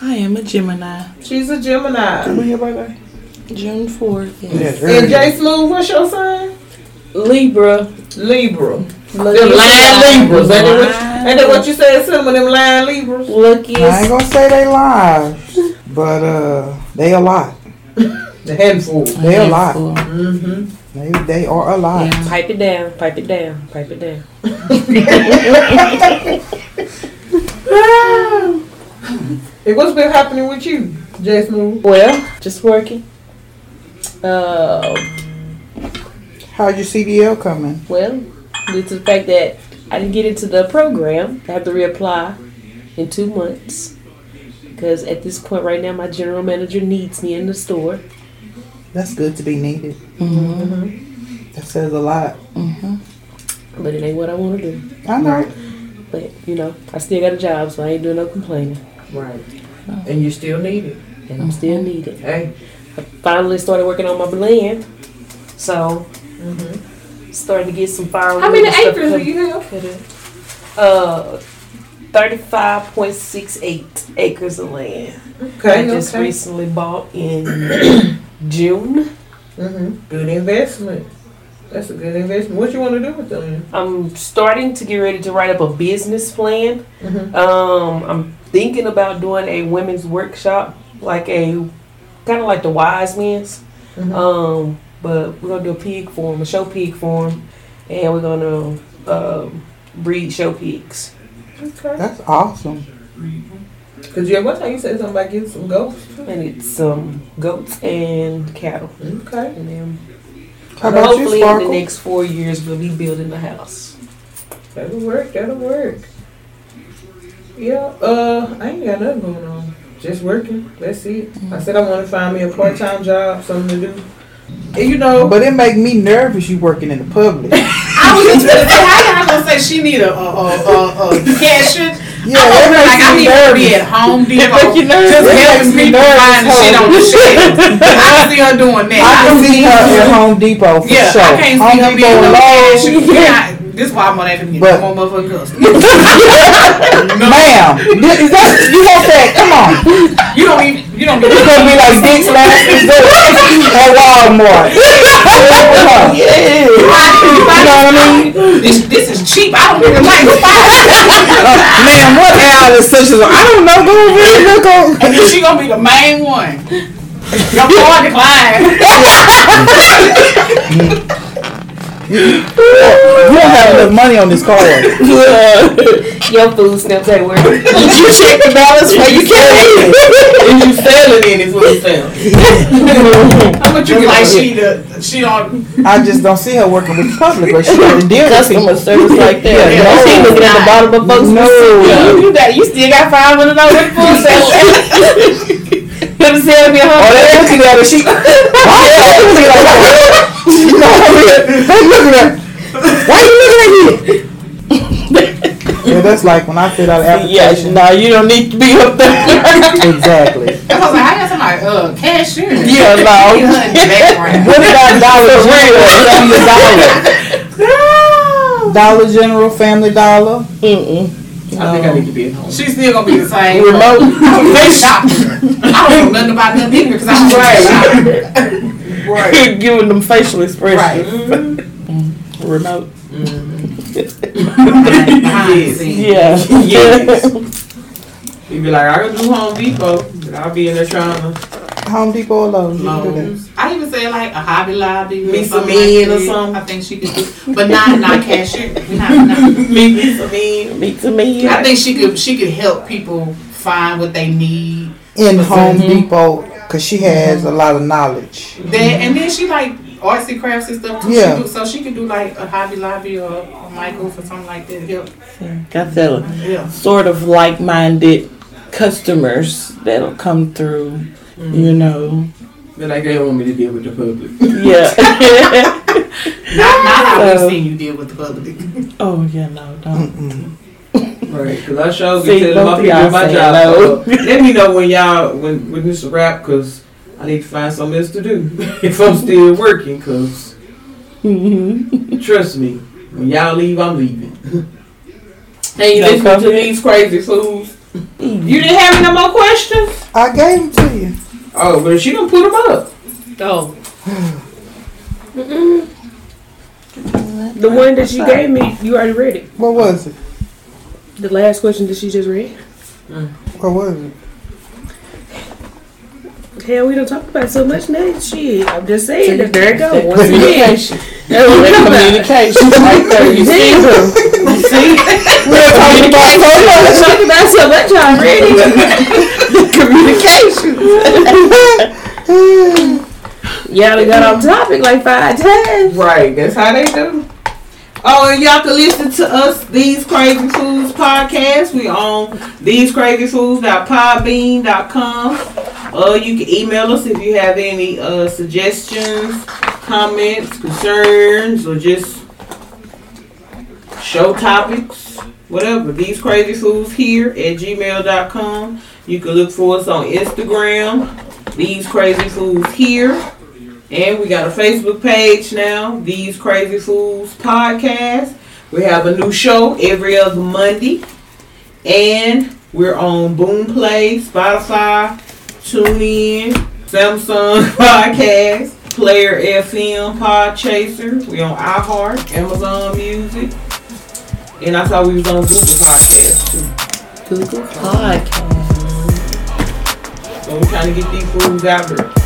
Speaker 12: I am a Gemini.
Speaker 3: She's a Gemini.
Speaker 12: June 4th.
Speaker 4: Yeah,
Speaker 3: And
Speaker 4: early.
Speaker 3: Jay Smooth, what's your sign?
Speaker 5: Libra.
Speaker 3: Libra. Them
Speaker 5: Lucky
Speaker 3: lying Libras. Ain't that what,
Speaker 5: Libra.
Speaker 3: ain't that what you said, some of them lying Libras?
Speaker 5: Luckiest.
Speaker 4: I ain't gonna say they lie. But uh, they a lot.
Speaker 3: The handful.
Speaker 4: They a lot. They, they are a lot.
Speaker 5: Pipe it down, pipe it down, pipe it down.
Speaker 3: Hey, what's been happening with you, Jasmine?
Speaker 5: Well, just working. Uh,
Speaker 4: How's your CDL coming?
Speaker 5: well, due to the fact that I didn't get into the program, I have to reapply in two months. Because at this point right now, my general manager needs me in the store.
Speaker 4: That's good to be needed. That says a lot.
Speaker 5: But it ain't what I want to do.
Speaker 4: I know.
Speaker 5: But, you know, I still got a job, so I ain't doing no complaining.
Speaker 3: Right. And you still need it.
Speaker 5: And I'm still needed.
Speaker 3: Hey.
Speaker 5: finally started working on my blend. So, mm-hmm. starting to get some firewood.
Speaker 13: How many
Speaker 5: and stuff
Speaker 13: acres do
Speaker 5: cut-
Speaker 13: you have?
Speaker 5: cut in. Uh, thirty-five point six eight acres of land. I
Speaker 3: Okay.
Speaker 5: just
Speaker 3: okay.
Speaker 5: recently bought in (clears throat) June.
Speaker 3: Mm-hmm. Good investment. That's a good investment. What you want to do with them?
Speaker 5: I'm starting to get ready to write up a business plan.
Speaker 3: Mhm.
Speaker 5: Um, I'm thinking about doing a women's workshop, like a kind of like the wise men's.
Speaker 14: Mm-hmm.
Speaker 3: Mhm.
Speaker 5: Um, but we're gonna do a pig form, a show pig form, and we're gonna um, breed show pigs.
Speaker 3: Okay.
Speaker 4: That's awesome.
Speaker 3: Cause yeah, one time you said something about getting some goats.
Speaker 5: And it's some goats and cattle.
Speaker 3: Okay.
Speaker 5: And then
Speaker 4: How about you,
Speaker 5: hopefully in the
Speaker 4: Sparkle?
Speaker 5: next four years we'll be building the
Speaker 14: (laughs)
Speaker 5: house.
Speaker 3: That'll work. That'll work. Yeah. Uh, I ain't got nothing going on. Just working. That's it. I said I want to find me a part-time job, something to do. And you know,
Speaker 4: But it make me nervous you working in the
Speaker 2: (laughs)
Speaker 4: public. Yeah,
Speaker 2: I was just gonna say, I was gonna say she need a a a a, a
Speaker 4: (laughs)
Speaker 2: cashier.
Speaker 4: it
Speaker 2: like I
Speaker 4: makes me
Speaker 2: need to be
Speaker 4: nervous.
Speaker 2: at Home Depot.
Speaker 4: you nervous.
Speaker 2: Just
Speaker 4: It makes
Speaker 2: helping
Speaker 4: me
Speaker 2: people
Speaker 4: nervous,
Speaker 2: find the shit on the shelves.
Speaker 4: (laughs)
Speaker 2: I see her doing
Speaker 4: I
Speaker 2: that.
Speaker 4: can see her at Home Depot for
Speaker 2: yeah,
Speaker 4: sure.
Speaker 2: I can't
Speaker 4: Home
Speaker 2: see her being no
Speaker 4: Depot
Speaker 2: cashier.
Speaker 4: alone. (laughs)
Speaker 2: Yeah, I- This why I'm on that get
Speaker 4: But-
Speaker 2: no more motherfucking customers.
Speaker 4: Ma'am, thi- is that you have that? Come on,
Speaker 2: You don't even you don't even
Speaker 4: it's gonna be like Dick's last dessert at
Speaker 2: (laughs)
Speaker 4: Walmart. yeah. You know what I mean?
Speaker 2: this this is cheap. I don't even like
Speaker 4: Uh, ma'am, what are the sisters? I don't know. Go really look
Speaker 2: (laughs)
Speaker 4: on.
Speaker 2: And she gonna be the main one. Your boy declined.
Speaker 4: You don't have enough money on this card.
Speaker 5: Your food stamps at work.
Speaker 4: you (laughs) check the balance when you can.
Speaker 14: (laughs)
Speaker 3: if you selling it, it's what you selling.
Speaker 2: How much you like she the she don't
Speaker 4: I just don't see her working with the public, but she had to deal with
Speaker 14: Customer
Speaker 4: people.
Speaker 14: service like that.
Speaker 5: (laughs)
Speaker 4: Yeah,
Speaker 14: no,
Speaker 4: no.
Speaker 14: she looking at the bottom of folks.
Speaker 4: No.
Speaker 14: You, you got, you still got five hundred dollars in food (laughs) stamps. Better sell me a
Speaker 4: Oh,
Speaker 14: hundred.
Speaker 4: they looking at her.
Speaker 14: (laughs)
Speaker 4: She. Why are you looking at her? You know what I mean? They looking at. Why you looking at me? yeah, that's like when I filled out an
Speaker 14: Yeah,
Speaker 4: application.
Speaker 14: no, you don't need to be up there.
Speaker 4: Exactly.
Speaker 14: (laughs)
Speaker 2: I was like, I got somebody uh cashier.
Speaker 4: Yeah,
Speaker 2: She
Speaker 4: no.
Speaker 2: her in the background.
Speaker 4: What about Dollar General? Family Dollar. Dollar General, Family Dollar.
Speaker 14: Mm-mm.
Speaker 3: I think I need to be at home.
Speaker 2: She's still gonna be the same.
Speaker 4: Remote.
Speaker 2: I don't really shop. I don't know nothing about nothing either because I don't really shop.
Speaker 14: Giving them facial
Speaker 2: Right.
Speaker 14: expressions. Remote.
Speaker 2: Behind- behind the scenes.
Speaker 14: Yeah.
Speaker 3: (laughs) Yes. You'd be like, I can do Home Depot, but I'll be in there trying to
Speaker 4: Home Depot alone. You can do that.
Speaker 2: loans. I even said like a Hobby Lobby,
Speaker 3: Meet
Speaker 2: or
Speaker 3: some
Speaker 2: something
Speaker 3: men
Speaker 2: like
Speaker 3: or
Speaker 2: that.
Speaker 3: something.
Speaker 2: I think she could, do, but not not cashier. Not, not.
Speaker 3: meet me some men.
Speaker 14: Me to me.
Speaker 2: I think she could she could help people find what they need.
Speaker 4: In Home Depot, because she has a lot of knowledge.
Speaker 2: That and then she like artsy crafts and stuff too.
Speaker 4: Yeah.
Speaker 2: She do, so she could do like a Hobby Lobby or a Michael for something like that. Help.
Speaker 14: Got that.
Speaker 2: Yeah.
Speaker 14: sort of like-minded customers that'll come through.
Speaker 2: Mm-hmm.
Speaker 14: You know,
Speaker 3: Be like, they want me to deal with the public.
Speaker 14: yeah.
Speaker 2: (laughs) Not, not how
Speaker 14: So-
Speaker 2: we've seen you deal with the public.
Speaker 14: oh yeah, no, don't.
Speaker 3: Right, because I sure
Speaker 14: See,
Speaker 3: get telling my
Speaker 14: both y'all
Speaker 3: people my
Speaker 14: say
Speaker 3: job.
Speaker 14: hello.
Speaker 3: so Let me know when y'all, when, when this is wrapped, because I need to find something else to do. (laughs) if I'm still working, because
Speaker 14: Mhm.
Speaker 3: trust me, when y'all leave, I'm leaving.
Speaker 15: Hey,
Speaker 14: you listening to
Speaker 15: these crazy fools. You didn't have any more questions?
Speaker 4: I gave them to you.
Speaker 3: Oh, but she done put them up.
Speaker 15: No.
Speaker 5: The one that you gave me, you already read it.
Speaker 4: What was it?
Speaker 5: The last question that she just read.
Speaker 4: What was it?
Speaker 7: Hell, we don't talk about it so much now. Shit, I'm just saying. that there it go. Once again,
Speaker 5: Communication.
Speaker 2: (laughs)
Speaker 7: (laughs) that's what we talk about.
Speaker 5: Communication right there. You see? You see? We're talking
Speaker 14: (laughs)
Speaker 5: about
Speaker 7: We talked about so much already.
Speaker 5: communication.
Speaker 7: Y'all done got off topic like five times.
Speaker 16: Right, that's how they do.
Speaker 3: Oh, and y'all can listen to us, These Crazy Fools podcast. We on thesecrazyfools.podbean.com. Uh, you can email us if you have any uh, suggestions, comments, concerns, or just show topics, whatever. These Crazy Fools here at gmail.com. You can look for us on Instagram, These Crazy Fools here. And we got a Facebook page now, These Crazy Fools Podcast. We have a new show every other Monday. And we're on Boom Play, Spotify, TuneIn, Samsung (laughs) Podcast, Player FM, Podchaser. We're on iHeart, Amazon Music. And I thought we was on Google Podcasts too.
Speaker 7: Google Podcast.
Speaker 3: So we're trying to get these fools out there.